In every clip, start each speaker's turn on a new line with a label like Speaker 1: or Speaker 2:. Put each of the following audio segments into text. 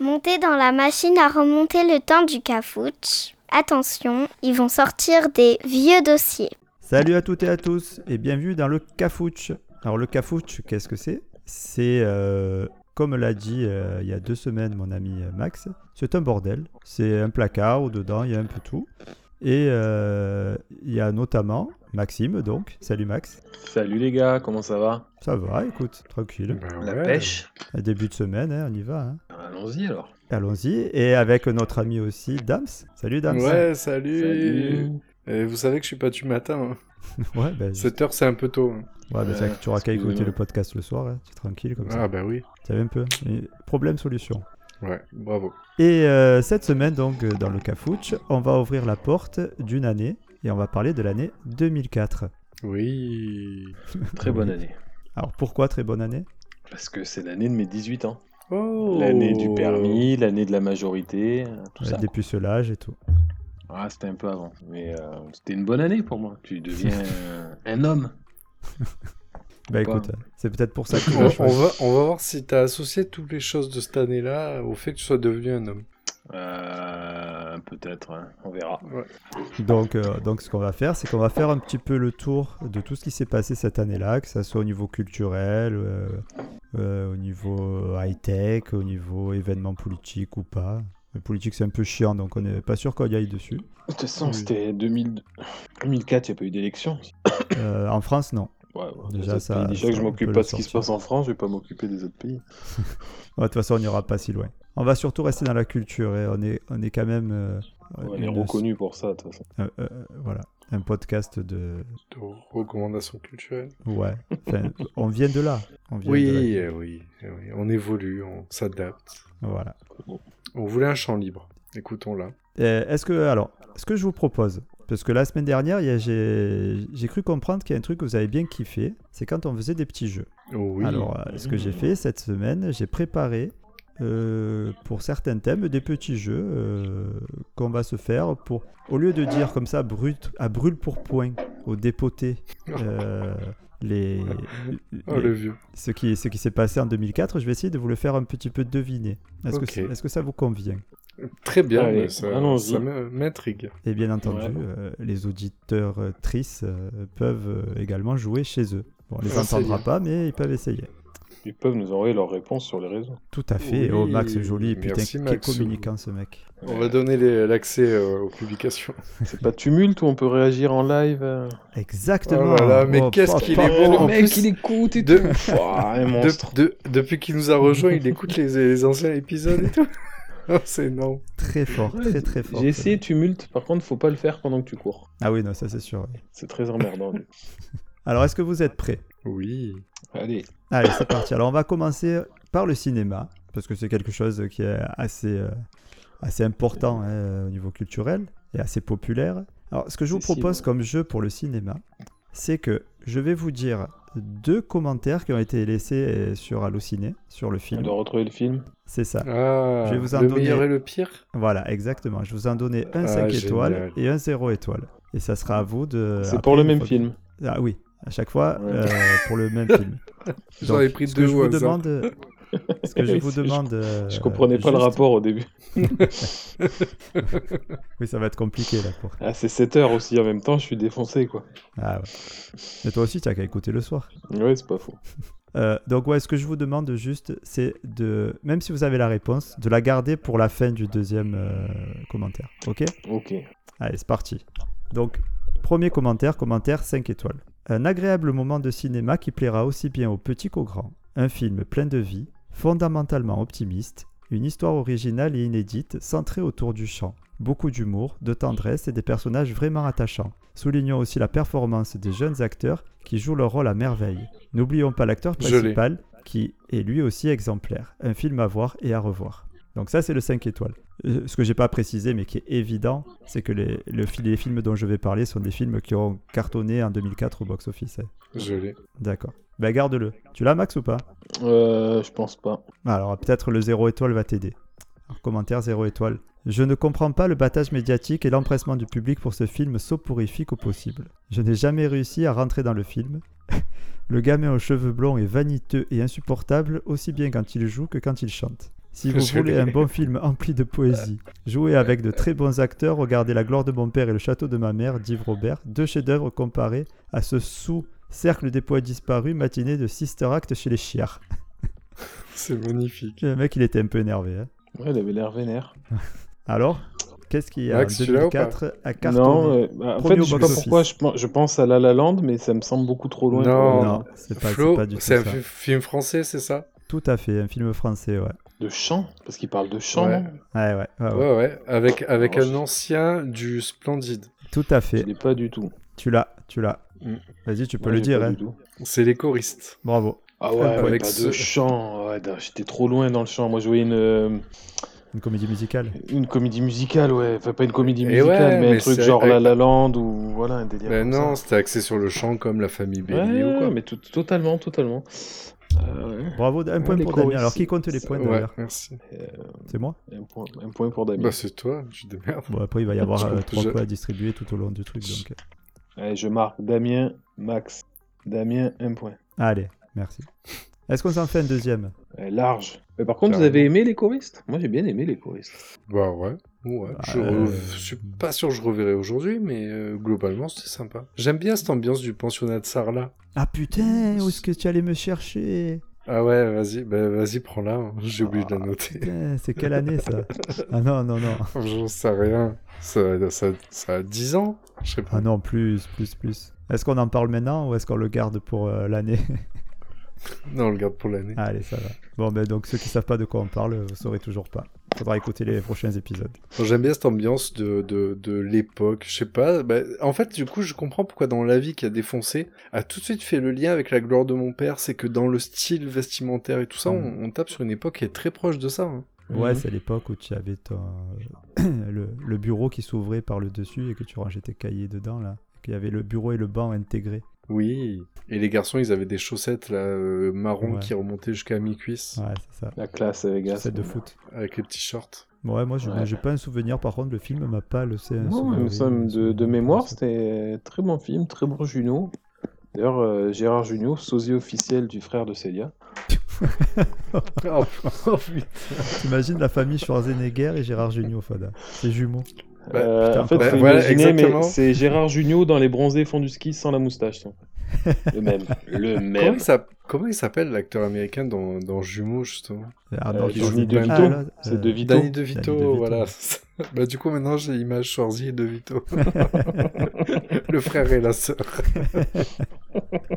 Speaker 1: Montez dans la machine à remonter le temps du cafouche. Attention, ils vont sortir des vieux dossiers.
Speaker 2: Salut à toutes et à tous et bienvenue dans le Cafouche. Alors le Cafouche, qu'est-ce que c'est C'est, euh, comme l'a dit euh, il y a deux semaines mon ami euh, Max, c'est un bordel. C'est un placard où dedans il y a un peu tout. Et euh, il y a notamment Maxime donc. Salut Max.
Speaker 3: Salut les gars, comment ça va
Speaker 2: Ça va, écoute, tranquille.
Speaker 3: La pêche
Speaker 2: Début de semaine, hein, on y va. hein.
Speaker 3: Allons-y alors.
Speaker 2: Allons-y. Et avec notre ami aussi Dams. Salut Dams.
Speaker 4: Ouais, salut. Et vous savez que je suis pas du matin. hein.
Speaker 2: Ouais, ben, je-
Speaker 4: Cette heure, c'est un peu tôt. hein.
Speaker 2: ouais, ben, ça, tu auras qu'à écouter
Speaker 3: excusez-moi.
Speaker 2: le podcast le soir, hein. c'est tranquille comme ça.
Speaker 4: Ah bah oui.
Speaker 2: Tu savais un peu. Et Problème, solution.
Speaker 4: Ouais, bravo.
Speaker 2: Et euh, cette semaine, donc, euh, dans le Cafouche, on va ouvrir la porte d'une année et on va parler de l'année 2004.
Speaker 4: Oui.
Speaker 3: Très bonne
Speaker 2: Oui.
Speaker 3: année.
Speaker 2: Alors, pourquoi très bonne année
Speaker 3: Parce que c'est l'année de mes 18 ans.
Speaker 4: Oh.
Speaker 3: L'année du permis, l'année de la majorité, euh, tout
Speaker 2: Euh,
Speaker 3: ça.
Speaker 2: Des pucelages et tout.
Speaker 3: Ah, c'était un peu avant. Mais euh, c'était une bonne année pour moi. Tu deviens euh, un homme.
Speaker 2: Bah
Speaker 3: Pourquoi
Speaker 2: écoute, c'est peut-être pour ça que tu
Speaker 4: On,
Speaker 2: l'as
Speaker 4: on
Speaker 2: choisi.
Speaker 4: va, on va voir si t'as associé toutes les choses de cette année-là au fait que tu sois devenu un homme.
Speaker 3: Euh, Peut-être, hein, on verra.
Speaker 2: Donc, euh, donc, ce qu'on va faire, c'est qu'on va faire un petit peu le tour de tout ce qui s'est passé cette année-là, que ça soit au niveau culturel, euh, euh, au niveau high-tech, au niveau événement politique ou pas. Le politique, c'est un peu chiant, donc on n'est pas sûr qu'on y aille dessus.
Speaker 3: De toute façon,
Speaker 4: Oui.
Speaker 3: c'était 2000... 2004, il n'y a pas eu d'élection.
Speaker 2: Euh, en France, non.
Speaker 3: Ouais, ouais,
Speaker 2: Déjà,
Speaker 3: les autres
Speaker 2: ça-
Speaker 3: pays. Déjà
Speaker 2: ça,
Speaker 3: que je
Speaker 2: on peut
Speaker 3: m'occupe
Speaker 2: le
Speaker 3: pas de ce qui se
Speaker 2: sortir.
Speaker 3: passe en France, je vais pas m'occuper des autres pays.
Speaker 2: Ouais, De toute façon, on n'ira pas si loin. On va surtout rester dans la culture et on est, on est quand même. euh,
Speaker 3: on
Speaker 2: une-
Speaker 3: est reconnu pour ça, de toute façon.
Speaker 2: euh, euh, voilà, un podcast de.
Speaker 4: De recommandations culturelles.
Speaker 2: Ouais. Enfin, on vient de là. On vient de
Speaker 4: Oui, euh, oui, euh, oui. On évolue, on s'adapte.
Speaker 2: là. Voilà.
Speaker 4: On voulait un champ libre. Écoutons-la.
Speaker 2: Euh, Est-ce que. Alors, ce que je vous propose, parce que la semaine dernière, il y a- j'ai j'ai cru comprendre qu'il y a un truc que vous avez bien kiffé, c'est quand on faisait des petits jeux.
Speaker 4: Oh oui.
Speaker 2: Alors, euh, ce que j'ai fait cette semaine, j'ai préparé euh, pour certains thèmes des petits jeux euh, qu'on va se faire pour, au lieu de dire comme ça brut, à brûle pour point, au dépoté, euh, les,
Speaker 4: Oh
Speaker 2: les-
Speaker 4: le vieux.
Speaker 2: ce qui, ce qui s'est passé en 2004, je vais essayer de vous le faire un petit peu deviner. Est-ce
Speaker 4: Ok.
Speaker 2: que, c'est- est-ce que ça vous convient
Speaker 4: Très bien.
Speaker 3: Allez,
Speaker 4: mais ça
Speaker 3: allons-y.
Speaker 4: ça m'in- m'intrigue.
Speaker 2: Et bien entendu,
Speaker 3: Ouais.
Speaker 2: euh, les auditeurs euh, tristes euh, peuvent euh, également jouer chez eux. Bon, on les
Speaker 4: Ah, c'est
Speaker 2: entendra
Speaker 4: bien.
Speaker 2: pas, mais ils peuvent essayer.
Speaker 3: Ils peuvent nous envoyer leurs réponses sur les réseaux.
Speaker 2: Tout à fait.
Speaker 4: Oui,
Speaker 2: oh, Max, joli. Putain,
Speaker 4: merci,
Speaker 2: quel
Speaker 4: Max. Oh
Speaker 2: communicant ce mec.
Speaker 4: On va donner les- l'accès euh, aux publications.
Speaker 3: C'est pas tumulte où on peut réagir en live euh,
Speaker 2: Exactement.
Speaker 4: Oh là là, mais qu'est-ce
Speaker 2: pop,
Speaker 4: qu'il
Speaker 2: pop.
Speaker 4: est beau,
Speaker 3: le
Speaker 4: en
Speaker 3: mec,
Speaker 4: plus,
Speaker 3: il écoute et
Speaker 4: de-
Speaker 3: tout. Pouah, Ah, un monstre.
Speaker 4: De- de- depuis qu'il nous a rejoint, il écoute les, les anciens épisodes et tout. Oh, c'est énorme.
Speaker 2: Très fort,
Speaker 3: Ouais,
Speaker 2: très très fort.
Speaker 3: J'ai essayé tumulte, par contre, faut pas le faire pendant que tu cours.
Speaker 2: Ah oui, non, ça c'est sûr. oui.
Speaker 3: C'est très emmerdant.
Speaker 2: Alors, est-ce que vous êtes prêts
Speaker 4: Oui.
Speaker 3: Allez,
Speaker 2: Allez, c'est parti. Alors, on va commencer par le cinéma, parce que c'est quelque chose qui est assez, euh, assez important hein, au niveau culturel et assez populaire. Alors, ce que je vous
Speaker 3: C'est si,
Speaker 2: propose
Speaker 3: ouais.
Speaker 2: comme jeu pour le cinéma, c'est que je vais vous dire deux commentaires qui ont été laissés euh, sur Allociné, sur le
Speaker 3: on
Speaker 2: film.
Speaker 3: doit retrouver le film.
Speaker 2: C'est ça.
Speaker 4: Ah,
Speaker 2: Je vais vous en
Speaker 4: le
Speaker 2: donner
Speaker 4: meilleur et le pire
Speaker 2: Voilà, exactement. Je vous en donnais un
Speaker 4: Ah,
Speaker 2: 5
Speaker 4: génial.
Speaker 2: étoiles et un 0 étoile. Et ça sera à vous de.
Speaker 3: C'est
Speaker 2: Euh, après,
Speaker 3: pour le
Speaker 2: une
Speaker 3: même
Speaker 2: fois-
Speaker 3: film.
Speaker 2: Ah oui, à chaque fois
Speaker 3: Ouais.
Speaker 2: euh, pour le même film.
Speaker 4: J'en ai pris
Speaker 2: ce
Speaker 4: deux
Speaker 2: que je
Speaker 4: au
Speaker 2: vous
Speaker 4: hasard.
Speaker 2: demande. Ce que je
Speaker 3: Oui,
Speaker 2: vous
Speaker 3: c'est- je-
Speaker 2: demande.
Speaker 3: Je
Speaker 2: euh,
Speaker 3: comprenais pas le
Speaker 2: juste-
Speaker 3: rapport au début.
Speaker 2: Oui, ça va être compliqué là. Pour...
Speaker 3: Ah, c'est 7 heures aussi, en même temps, je suis défoncé, quoi.
Speaker 2: Ah ouais. Mais toi aussi, tu as qu'à écouter le soir.
Speaker 3: Ouais, c'est pas faux.
Speaker 2: Euh, donc, ouais, ce que je vous demande juste, c'est de, même si vous avez la réponse, de la garder pour la fin du deuxième euh, commentaire. Ok
Speaker 3: Ok.
Speaker 2: Allez, c'est parti. Donc, premier commentaire, commentaire 5 étoiles. Un agréable moment de cinéma qui plaira aussi bien aux petits qu'aux grands. Un film plein de vie, fondamentalement optimiste, une histoire originale et inédite centrée autour du chant. Beaucoup d'humour, de tendresse et des personnages vraiment attachants. Soulignons aussi la performance des jeunes acteurs qui jouent leur rôle à merveille. N'oublions pas l'acteur
Speaker 4: Je l'ai.
Speaker 2: principal qui est lui aussi exemplaire. Un film à voir et à revoir. Donc ça c'est le 5 étoiles. Euh, ce que j'ai pas précisé, mais qui est évident, c'est que les, le fil- les films dont je vais parler sont des films qui ont cartonné en 2004 au box-office. hein.
Speaker 4: Je l'ai.
Speaker 2: D'accord. Bah garde-le. Tu l'as, Max, ou pas
Speaker 3: Euh, je pense pas.
Speaker 2: Alors peut-être le 0 étoile va t'aider. Alors, Commentaire 0 étoile. Je ne comprends pas le battage médiatique et l'empressement du public pour ce film soporifique au possible. Je n'ai jamais réussi à rentrer dans le film. le gamin aux cheveux blonds est vaniteux et insupportable aussi bien quand il joue que quand il chante. Si vous
Speaker 4: Je
Speaker 2: voulez
Speaker 4: l'ai.
Speaker 2: un bon film empli de poésie, joué avec de très bons acteurs, regardez La gloire de mon père et le château de ma mère d'Yves Robert, deux chefs-d'œuvre comparés à ce sous-cercle des poètes disparus, matinée de Sister Act chez les Chiards.
Speaker 4: C'est magnifique.
Speaker 2: Le mec, il était un peu énervé. hein.
Speaker 3: Ouais, il avait l'air vénère.
Speaker 2: Alors, qu'est-ce qu'il y a en
Speaker 4: Max, tu l'as ou pas
Speaker 2: 2004 à
Speaker 3: Non,
Speaker 2: cartonner
Speaker 3: euh, bah, en
Speaker 2: Premier
Speaker 3: fait,
Speaker 2: au
Speaker 3: je sais pas
Speaker 2: box-office.
Speaker 3: pourquoi je pense, je pense à La La Land, mais ça me semble beaucoup trop loin.
Speaker 4: Non.
Speaker 3: pour-
Speaker 2: Non, c'est pas, c'est
Speaker 4: Flo,
Speaker 2: pas du tout
Speaker 4: c'est
Speaker 2: ça.
Speaker 4: un fi- film français, c'est ça
Speaker 2: Tout à fait, un film français, ouais.
Speaker 3: De chant Parce qu'il parle de chant.
Speaker 4: Ouais.
Speaker 3: non
Speaker 2: Ouais, ouais, ouais,
Speaker 4: Ouais,
Speaker 2: Ah ouais.
Speaker 4: ouais. Avec, avec
Speaker 3: Oh,
Speaker 4: un
Speaker 3: je-
Speaker 4: ancien du Splendide.
Speaker 2: Tout à
Speaker 3: Je
Speaker 2: fait.
Speaker 3: l'ai pas du tout.
Speaker 2: Tu l'as, tu l'as.
Speaker 4: Mm.
Speaker 2: Vas-y, tu peux
Speaker 3: Ouais,
Speaker 2: le
Speaker 3: j'ai
Speaker 2: dire.
Speaker 3: pas
Speaker 2: Hein.
Speaker 3: du tout.
Speaker 4: C'est les choristes.
Speaker 2: Bravo.
Speaker 3: Ah
Speaker 2: Ah,
Speaker 3: ouais,
Speaker 2: bah,
Speaker 3: mais
Speaker 4: avec
Speaker 3: pas
Speaker 4: ce-
Speaker 3: de chant. ouais, non, J'étais trop loin dans le chant. Moi, je voyais une, euh,
Speaker 2: Une comédie musicale.
Speaker 3: une comédie musicale, ouais. Enfin, pas une comédie
Speaker 4: Eh
Speaker 3: musicale,
Speaker 4: ouais,
Speaker 3: mais un
Speaker 4: mais
Speaker 3: truc
Speaker 4: c'est
Speaker 3: genre
Speaker 4: avec-
Speaker 3: La La Land ou voilà, un délire.
Speaker 4: Ben
Speaker 3: comme
Speaker 4: non,
Speaker 3: ça.
Speaker 4: c'était axé sur le chant comme la famille Bélier
Speaker 3: Ouais,
Speaker 4: ou quoi.
Speaker 3: mais tout- totalement, totalement. Euh, ouais.
Speaker 2: Bravo, un point
Speaker 3: les
Speaker 2: pour Damien.
Speaker 3: choristes.
Speaker 2: Alors, qui compte les points
Speaker 4: Ouais,
Speaker 2: d'ailleurs
Speaker 4: merci.
Speaker 2: C'est moi
Speaker 3: Un point, un point pour Damien.
Speaker 4: Bah c'est toi, tu te démerdes.
Speaker 2: Bon, après, il va y avoir
Speaker 4: Je
Speaker 2: euh,
Speaker 4: comprends
Speaker 2: trois
Speaker 4: déjà.
Speaker 2: points à distribuer tout au long du truc. Donc... euh,
Speaker 3: Allez, je marque Damien, Max. Damien, un point.
Speaker 2: Allez, merci. Est-ce qu'on s'en fait un deuxième
Speaker 3: Euh, large. Mais par contre, vous
Speaker 4: Carrément.
Speaker 3: avez aimé les choristes Moi, j'ai bien aimé les choristes.
Speaker 4: Bah ouais. Ouais,
Speaker 2: Bah,
Speaker 4: je,
Speaker 2: euh,
Speaker 4: je suis pas sûr que je reverrai aujourd'hui, mais euh, globalement c'était sympa. J'aime bien cette ambiance du pensionnat de Sarlat.
Speaker 2: Ah putain, où est-ce que tu allais me chercher
Speaker 4: Ah ouais, vas-y, bah, vas-y, prends-la. hein. J'ai oublié
Speaker 2: Ah.
Speaker 4: de la noter.
Speaker 2: Putain, C'est quelle année ça Ah non, non, non.
Speaker 4: J'en sais rien. Ça, ça, ça a 10 ans Je sais pas.
Speaker 2: Ah non, plus, plus, plus. Est-ce qu'on en parle maintenant ou est-ce qu'on le garde pour euh, l'année
Speaker 4: Non, on le garde pour l'année.
Speaker 2: Allez, ça va. Bon, ben donc ceux qui savent pas de quoi on parle, vous saurez toujours pas. Faudra écouter les prochains épisodes.
Speaker 4: Bon, J'aime bien cette ambiance de, de, de l'époque. Je sais pas. bah, en fait, du coup, je comprends pourquoi dans La vie qui a défoncé a tout de suite fait le lien avec la gloire de mon père. C'est que dans le style vestimentaire et tout
Speaker 2: Ah.
Speaker 4: ça, on, on tape sur une époque qui est très proche de ça. hein.
Speaker 2: Ouais,
Speaker 3: Mhm.
Speaker 2: c'est l'époque où tu avais ton- euh, le, le bureau qui s'ouvrait par le dessus et que tu rangeais tes cahiers dedans, là. Qu'il y avait le bureau et le banc intégrés.
Speaker 4: Oui. Et les garçons, ils avaient des chaussettes là, euh, marron
Speaker 2: Ouais.
Speaker 4: qui remontaient jusqu'à mi-cuisse
Speaker 2: Ouais, c'est ça.
Speaker 3: La classe, les gars.
Speaker 2: Chaussettes de foot.
Speaker 4: avec les petits shorts.
Speaker 2: Bon, ouais, moi, je-
Speaker 3: Ouais.
Speaker 2: j'ai pas un souvenir. Par contre, le film m'a pas laissé un
Speaker 3: Non,
Speaker 2: souvenir.
Speaker 3: nous sommes de, de
Speaker 2: horrible.
Speaker 3: mémoire, c'était un très bon film, très bon Juno. D'ailleurs, euh, Gérard Juno, sosie officiel du frère de Célia.
Speaker 4: Oh, putain.
Speaker 2: T'imagines la famille Schwarzenegger et Gérard Jugnot, Fada. C'est jumeaux.
Speaker 4: Bah,
Speaker 3: Euh,
Speaker 2: putain,
Speaker 3: en fait,
Speaker 2: bah,
Speaker 3: faut
Speaker 4: voilà,
Speaker 3: imaginer, mais
Speaker 4: exactement.
Speaker 3: c'est Gérard Juno dans Les Bronzés font du ski sans la moustache. ça. Le même. Le
Speaker 4: Comment
Speaker 3: même.
Speaker 4: il s'ap- Comment il s'appelle l'acteur américain dans, dans Jumeaux, justement
Speaker 2: Arnold Schwarzenegger.
Speaker 4: Johnny DeVito,
Speaker 2: Ah, là,
Speaker 3: Euh, C'est
Speaker 2: euh,
Speaker 3: de Vito.
Speaker 4: Danny DeVito,
Speaker 2: Danny DeVito.
Speaker 4: voilà. bah, du coup, maintenant, j'ai l'image Schwarzy et DeVito. le frère et la sœur.
Speaker 2: ah,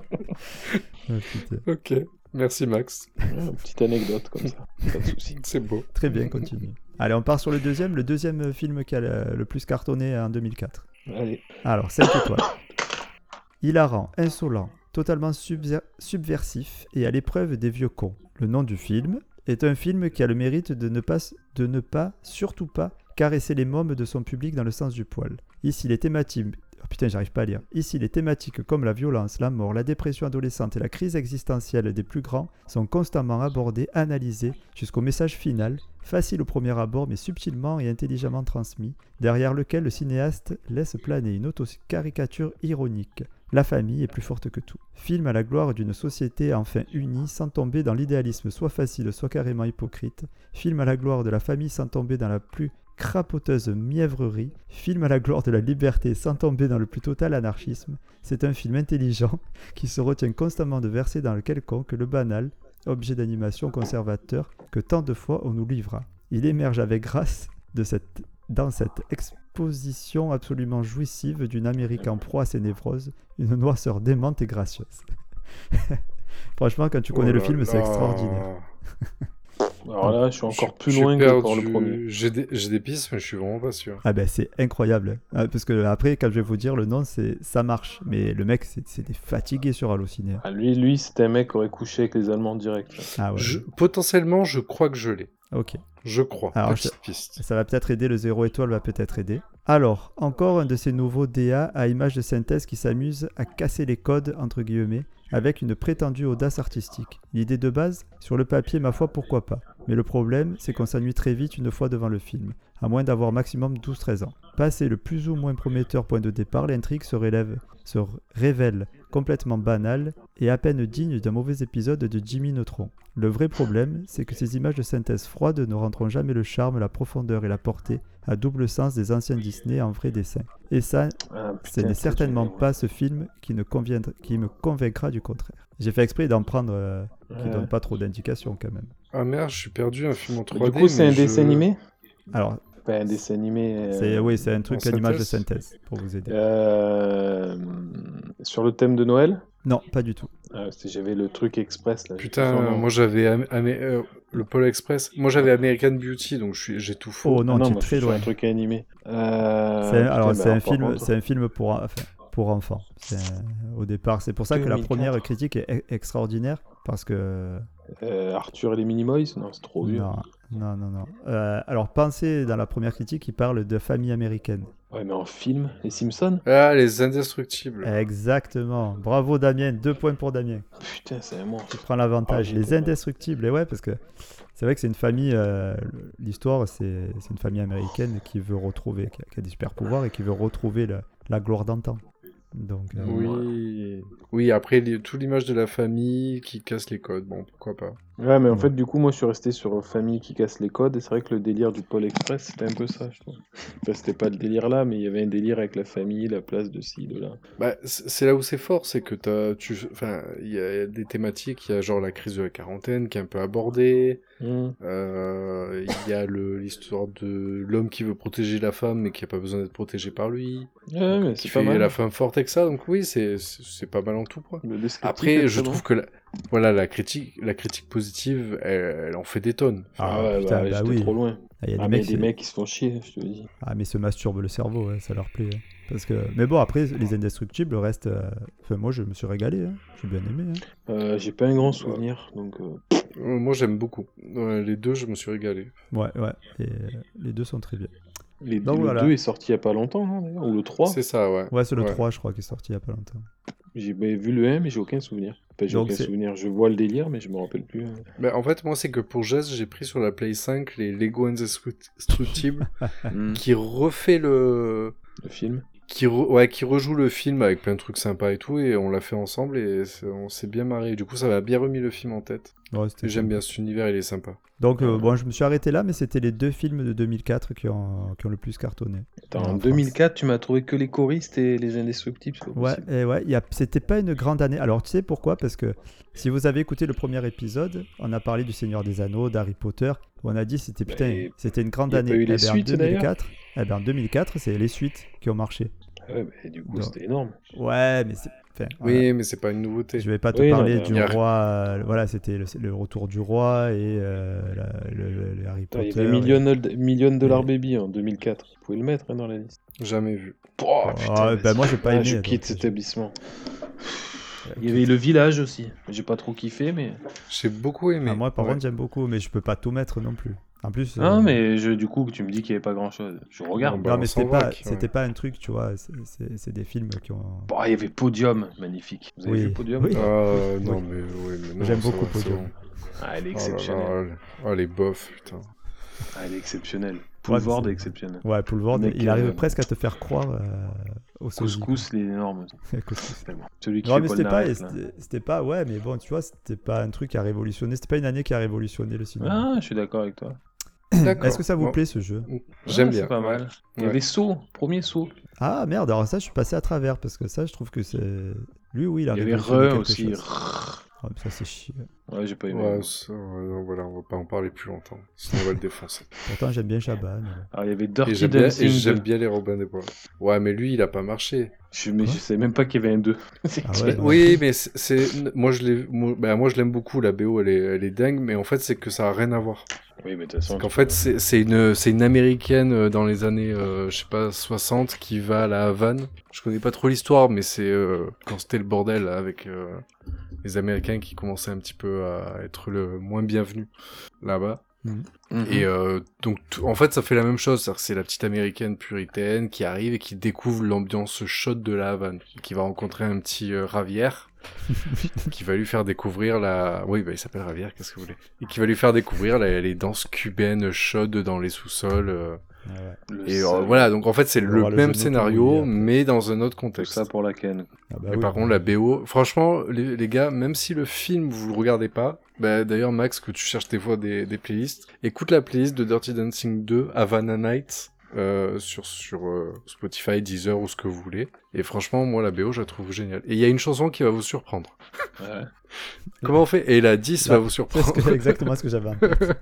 Speaker 2: putain.
Speaker 4: Ok. Merci, Max.
Speaker 3: Ouais, Petite anecdote comme ça. Pas de souci.
Speaker 4: C'est beau.
Speaker 2: Très bien, continue. Allez, on part sur le deuxième. Le deuxième film qui a le, le plus cartonné en 2004.
Speaker 3: Allez.
Speaker 2: Alors, 5 étoiles. Hilarant, insolent, totalement subver- subversif et à l'épreuve des vieux cons. Le nom du film est un film qui a le mérite de ne pas, de ne pas surtout pas, caresser les mômes de son public dans le sens du poil. Ici, les thématiques... Oh putain, j'arrive pas à lire. Ici, les thématiques comme la violence, la mort, la dépression adolescente et la crise existentielle des plus grands sont constamment abordées, analysées, jusqu'au message final, facile au premier abord mais subtilement et intelligemment transmis, derrière lequel le cinéaste laisse planer une auto-caricature ironique. La famille est plus forte que tout. Film à la gloire d'une société enfin unie, sans tomber dans l'idéalisme soit facile, soit carrément hypocrite. Film à la gloire de la famille sans tomber dans la plus crapoteuse mièvrerie. Film à la gloire de la liberté sans tomber dans le plus total anarchisme. C'est un film intelligent qui se retient constamment de verser dans le quelconque, le banal, objet d'animation conservateur que tant de fois on nous livra. Il émerge avec grâce de cette dans cette exposition absolument jouissive d'une Amérique en proie à ses névroses, une noirceur démente et gracieuse. Franchement, quand tu connais
Speaker 4: Oh
Speaker 2: le
Speaker 4: là
Speaker 2: film, c'est
Speaker 4: là.
Speaker 2: extraordinaire. Ah,
Speaker 3: Alors là, je suis encore
Speaker 4: Je-
Speaker 3: plus
Speaker 4: j'ai
Speaker 3: loin que pour le
Speaker 4: perdu.
Speaker 3: premier.
Speaker 4: J'ai des, j'ai des pistes, mais je suis vraiment pas sûr.
Speaker 2: Ah ben c'est incroyable. Ah, parce que après, quand je vais vous dire le nom, c'est ça marche. Mais le mec, c'est- c'était fatigué sur Allociné.
Speaker 3: Ah, lui, lui c'était un mec qui aurait couché avec les Allemands direct. là.
Speaker 2: Ah ouais.
Speaker 4: Je- potentiellement, je crois que je l'ai.
Speaker 2: Ok.
Speaker 4: Je crois.
Speaker 2: Alors,
Speaker 4: Petite piste.
Speaker 2: Ça va peut-être aider, le zéro étoile va peut-être aider. Alors, encore un de ces nouveaux DA à image de synthèse qui s'amuse à casser les codes, entre guillemets, avec une prétendue audace artistique. L'idée de base, sur le papier, ma foi, pourquoi pas. Mais le problème, c'est qu'on s'ennuie très vite une fois devant le film, à moins d'avoir maximum 12-13 ans. Passé le plus ou moins prometteur point de départ, l'intrigue se, relève- se r- révèle complètement banale et à peine digne d'un mauvais épisode de Jimmy Neutron. Le vrai problème, c'est que ces images de synthèse froide ne rendront jamais le charme, la profondeur et la portée à double sens des anciens Disney en vrai dessin. Et ça,
Speaker 3: Ah,
Speaker 2: ce
Speaker 3: putain,
Speaker 2: n'est
Speaker 3: ça,
Speaker 2: certainement
Speaker 3: j'ai-
Speaker 2: pas ce film qui, ne conviendra- qui me convaincra du contraire. J'ai fait exprès d'en prendre euh, qui
Speaker 3: Ouais.
Speaker 2: donne pas trop d'indications quand même.
Speaker 4: Ah merde, je suis perdu, un film en 3D.
Speaker 3: Du coup, c'est
Speaker 4: mais
Speaker 3: un
Speaker 4: je-
Speaker 3: dessin animé
Speaker 2: Alors,
Speaker 3: Pas un dessin animé. euh,
Speaker 2: c'est oui, c'est un truc
Speaker 4: en
Speaker 2: à l'image de
Speaker 4: synthèse
Speaker 2: synthèse pour vous aider.
Speaker 3: euh, Sur le thème de Noël
Speaker 2: Non, pas du tout.
Speaker 3: Ah, c'est- J'avais le truc express là. j'ai
Speaker 4: Putain,
Speaker 3: plus son nom.
Speaker 4: moi j'avais Am- Am- euh, le Pôle Express. Moi j'avais American Beauty, donc je suis- j'ai tout faux.
Speaker 2: Oh non,
Speaker 3: Ah
Speaker 2: tu es
Speaker 3: moi, je suis
Speaker 2: très
Speaker 3: sur
Speaker 2: loin.
Speaker 3: Un truc animé. Euh,
Speaker 2: C'est un-
Speaker 3: putain,
Speaker 2: alors
Speaker 3: bah,
Speaker 2: c'est un
Speaker 3: par
Speaker 2: film,
Speaker 3: contre-
Speaker 2: c'est un film pour enfin, pour enfants. C'est un- au départ, c'est pour ça que la
Speaker 3: 2004.
Speaker 2: première critique est e- extraordinaire parce que
Speaker 3: Euh, Arthur et les Minimoys Non, c'est trop vieux.
Speaker 2: non, non, non, non. Euh, alors pensez dans la première critique, il parle de famille américaine.
Speaker 3: Ouais, mais en film, les Simpsons
Speaker 4: Ah, les indestructibles.
Speaker 2: Exactement. Bravo Damien, deux points pour Damien.
Speaker 3: Putain, c'est un monstre.
Speaker 2: Tu prends l'avantage.
Speaker 3: Ah, j'ai
Speaker 2: les
Speaker 3: été bon.
Speaker 2: indestructibles, et ouais, parce que c'est vrai que c'est une famille. euh, L'histoire, c'est c'est une famille américaine qui veut retrouver, qui a, qui a des super pouvoirs et qui veut retrouver la, la gloire d'antan. Donc, euh,
Speaker 4: Oui. Oui, après les- tout l'image de la famille qui casse les codes. Bon, pourquoi pas.
Speaker 3: Ouais, mais en
Speaker 2: Ouais.
Speaker 3: fait, du coup, moi, je suis resté sur Famille qui casse les codes. Et c'est vrai que le délire du Pôle Express, c'était un peu ça, je trouve. Enfin, c'était pas le délire là, mais il y avait un délire avec la famille, la place de ci, de là.
Speaker 4: Bah, c'est c'est là où c'est fort, c'est que t'as, tu, enfin, il y a des thématiques, il y a genre la crise de la quarantaine qui est un peu abordée,
Speaker 3: Hmm.
Speaker 4: euh, il y a le- l'histoire de l'homme qui veut protéger la femme mais qui a pas besoin d'être protégé par lui,
Speaker 3: Ouais, mais
Speaker 4: qui
Speaker 3: c'est
Speaker 4: fait
Speaker 3: pas mal.
Speaker 4: la femme forte avec ça, donc oui, c'est c'est- c'est pas mal en tout point.
Speaker 3: Le descriptif est
Speaker 4: Après,
Speaker 3: très
Speaker 4: je
Speaker 3: bon.
Speaker 4: trouve que la, voilà, la critique, la critique positive, elle, elle en fait des tonnes. Enfin,
Speaker 3: Ah ouais,
Speaker 2: putain,
Speaker 3: bah,
Speaker 2: bah
Speaker 3: j'étais
Speaker 2: oui.
Speaker 3: trop loin.
Speaker 2: ah, il y a des
Speaker 3: Ah, mais
Speaker 2: mecs,
Speaker 3: des
Speaker 2: qui-
Speaker 3: mecs qui se font chier, je te le dis.
Speaker 2: ah, mais se masturbent le cerveau, ouais, ça leur plaît. hein. Parce que... Mais bon, après, les indestructibles restent. euh, Enfin, moi, je me suis régalé. hein. J'ai bien aimé. hein.
Speaker 3: Euh, J'ai pas un grand souvenir, donc. euh,
Speaker 4: euh, moi, j'aime beaucoup. Ouais, les deux, je me suis régalé.
Speaker 2: Ouais, ouais. Et, euh, les deux sont très bien.
Speaker 3: Les,
Speaker 2: Donc
Speaker 3: le
Speaker 2: voilà.
Speaker 3: 2 est sorti il y a pas longtemps, non, d'ailleurs, ou le 3.
Speaker 4: C'est ça, ouais.
Speaker 2: Ouais, c'est le
Speaker 4: Ouais.
Speaker 2: 3, je crois, qui est sorti il y a pas longtemps.
Speaker 3: J'ai ben, vu le 1, mais j'ai aucun souvenir. Enfin, j'ai
Speaker 2: Donc
Speaker 3: aucun
Speaker 2: c'est-
Speaker 3: souvenir. Je vois le délire, mais je me rappelle plus. hein.
Speaker 4: Bah, en fait, moi, c'est que pour Jazz, j'ai pris sur la Play 5 les Lego Indestructibles
Speaker 3: Hmm.
Speaker 4: qui refait le.
Speaker 3: Le film.
Speaker 4: Qui, re- ouais, qui rejoue le film avec plein de trucs sympas et tout, et on l'a fait ensemble et c'est- on s'est bien marré. Du coup, ça m'a bien remis le film en tête.
Speaker 2: Ouais, c'était
Speaker 4: Et J'aime
Speaker 2: cool.
Speaker 4: bien cet univers, il est sympa.
Speaker 2: Donc, euh, bon, je me suis arrêté là, mais c'était les deux films de 2004 qui ont, qui ont le plus cartonné.
Speaker 3: Attends,
Speaker 2: Ouais, en
Speaker 3: en
Speaker 2: France.
Speaker 3: 2004, tu m'as trouvé que les choristes et les indestructibles. c'est pas
Speaker 2: Ouais,
Speaker 3: possible.
Speaker 2: et ouais, il y a- c'était pas une grande année. Alors, tu sais pourquoi Parce que si vous avez écouté le premier épisode, on a parlé du Seigneur des Anneaux, d'Harry Potter. On a dit c'était putain,
Speaker 3: et-
Speaker 2: c'était une grande
Speaker 3: y a
Speaker 2: année.
Speaker 3: pas eu
Speaker 2: Eh
Speaker 3: les
Speaker 2: ben, en
Speaker 3: suites, d'ailleurs
Speaker 2: 2004, eh ben, en 2004, c'est les suites qui ont marché.
Speaker 3: Ah Ouais, mais du coup,
Speaker 2: Non.
Speaker 3: c'était énorme.
Speaker 2: Ouais, mais c'est. enfin, voilà.
Speaker 4: Oui, mais c'est pas une nouveauté.
Speaker 2: Je vais pas te
Speaker 3: Oui, non,
Speaker 2: parler
Speaker 3: mais-
Speaker 2: du
Speaker 4: Y a-
Speaker 2: roi. euh, voilà, c'était le, le retour du roi et euh, la- le, le- le Harry
Speaker 3: Attends,
Speaker 2: Potter.
Speaker 3: il y avait Million, Million Dollar
Speaker 2: et-
Speaker 3: Baby en 2004. Vous pouvez le mettre hein, dans la liste.
Speaker 4: Jamais vu.
Speaker 3: Oh,
Speaker 2: Oh,
Speaker 3: putain,
Speaker 2: bah,
Speaker 3: vas-y.
Speaker 2: moi, j'ai pas
Speaker 3: Ah,
Speaker 2: aimé, euh,
Speaker 3: Je
Speaker 2: attends.
Speaker 3: quitte cet établissement.
Speaker 2: et-
Speaker 3: Il y avait le village aussi. J'ai pas trop kiffé, mais.
Speaker 4: J'ai beaucoup aimé.
Speaker 2: Ah, moi, par
Speaker 4: Ouais.
Speaker 2: contre, j'aime beaucoup, mais je peux pas tout mettre non plus. En plus.
Speaker 3: Non,
Speaker 2: euh,
Speaker 3: Ah, mais je- du coup, tu me dis qu'il y avait pas grand chose. Je regarde.
Speaker 4: Bah,
Speaker 2: non,
Speaker 4: on
Speaker 2: mais
Speaker 4: s'en
Speaker 2: c'était pas,
Speaker 4: moque, ouais.
Speaker 2: c'était pas un truc, tu vois. c'est- C'est c'est des films qui ont.
Speaker 3: Bon, Oh, il y avait Podium, magnifique. Vous avez
Speaker 2: Oui.
Speaker 3: vu Podium
Speaker 2: Oui.
Speaker 4: Ah, non,
Speaker 2: Oui.
Speaker 4: mais, oui, mais non,
Speaker 2: J'aime
Speaker 4: ça
Speaker 2: beaucoup
Speaker 4: va, c'est
Speaker 2: Podium.
Speaker 4: bon.
Speaker 3: Ah, elle est
Speaker 4: Oh là là,
Speaker 3: exceptionnelle.
Speaker 4: oh, les bofs, putain.
Speaker 3: Ah, elle est exceptionnelle. Poulvard
Speaker 2: c'est-
Speaker 3: est exceptionnel.
Speaker 2: Ouais, Poulvord,
Speaker 3: Mec,
Speaker 2: il arrive
Speaker 3: euh,
Speaker 2: presque à te faire croire euh, au sosie.
Speaker 3: Couscous, il est énorme.
Speaker 2: Couscous.
Speaker 3: Tellement. Celui qui
Speaker 2: Non,
Speaker 3: fait
Speaker 2: mais
Speaker 3: Paul
Speaker 2: c'était pas,
Speaker 3: Naref, là.
Speaker 2: c'était- c'était pas, ouais, mais bon, tu vois, c'était pas un truc qui a révolutionné, c'était pas une année qui a révolutionné le cinéma.
Speaker 3: Ah, je suis d'accord avec toi.
Speaker 4: D'accord.
Speaker 2: Est-ce que ça vous
Speaker 4: Bon,
Speaker 2: plaît ce jeu
Speaker 4: J'aime
Speaker 3: Ah,
Speaker 4: bien.
Speaker 3: C'est pas mal. Il y
Speaker 4: Ouais.
Speaker 3: avait Saut, premier saut.
Speaker 2: Ah merde, alors ça, je suis passé à travers parce que ça, je trouve que c'est. Lui, oui, il a
Speaker 3: Il y avait
Speaker 2: révolutionné
Speaker 3: Re
Speaker 2: quelque
Speaker 3: aussi.
Speaker 2: chose.
Speaker 3: Rrrr.
Speaker 2: Ah, mais ça, c'est chiant.
Speaker 3: Ouais, j'ai pas aimé.
Speaker 4: Ouais, ça, ouais, non, voilà, on va pas en parler plus longtemps. Sinon, on va le défoncer.
Speaker 2: Pourtant, j'aime bien Chabat. mais bon.
Speaker 3: Alors, il y avait
Speaker 4: Et
Speaker 3: Dirty
Speaker 4: j'aime bien, et
Speaker 3: Dancing
Speaker 4: j'aime
Speaker 3: 2.
Speaker 4: bien les Robins des Bois. Ouais, mais lui, il a pas marché.
Speaker 3: Je, mais
Speaker 2: Quoi
Speaker 3: je savais même pas qu'il y avait un 2.
Speaker 2: Ah
Speaker 4: Mais-
Speaker 2: ouais, non.
Speaker 4: oui, mais c'est- c'est moi je l'ai, moi, bah, moi, je l'aime beaucoup. La BO, elle est, elle est dingue, mais en fait, c'est que ça a rien à voir.
Speaker 3: Oui, mais de toute façon.
Speaker 4: En fait, c'est c'est une, c'est une américaine euh, dans les années, euh, je sais pas, 60 qui va à la Havane. Je connais pas trop l'histoire, mais c'est euh, quand c'était le bordel là, avec euh, les Américains qui commençaient un petit peu à être le moins bienvenu là-bas.
Speaker 3: Mhm.
Speaker 4: Et euh, donc, tout- en fait, ça fait la même chose. C'est-à-dire que c'est la petite américaine puritaine qui arrive et qui découvre l'ambiance chaude de la Havane, qui va rencontrer un petit euh, Javier, qui va lui faire découvrir la. Oui, bah, il s'appelle Javier, qu'est-ce que vous voulez Et qui va lui faire découvrir la- les danses cubaines chaudes dans les sous-sols. euh.
Speaker 2: Ouais.
Speaker 3: Le
Speaker 4: Et euh,
Speaker 3: seul.
Speaker 4: voilà, donc en fait, c'est
Speaker 2: On
Speaker 4: le
Speaker 2: aura le jeu
Speaker 4: même
Speaker 2: de mots
Speaker 4: scénario,
Speaker 2: oublié,
Speaker 4: mais dans un autre
Speaker 3: Tout
Speaker 4: contexte.
Speaker 3: ça pour la canne.
Speaker 2: Ah bah
Speaker 4: Mais
Speaker 2: oui.
Speaker 4: par contre, la BO, franchement, les, les gars, même si le film vous le regardez pas, bah, d'ailleurs, Max, que tu cherches des fois des, des playlists, écoute la playlist de Dirty Dancing 2, Havana Nights, euh, sur, sur euh, Spotify, Deezer ou ce que vous voulez. Et franchement, moi, la BO, je la trouve géniale. Et il y a une chanson qui va vous surprendre.
Speaker 3: Ouais.
Speaker 4: Comment on fait Et la 10 va
Speaker 2: Là, C'est
Speaker 4: vous
Speaker 2: ce
Speaker 4: surprendre.
Speaker 2: Bah, que- exactement ce que j'avais en tête.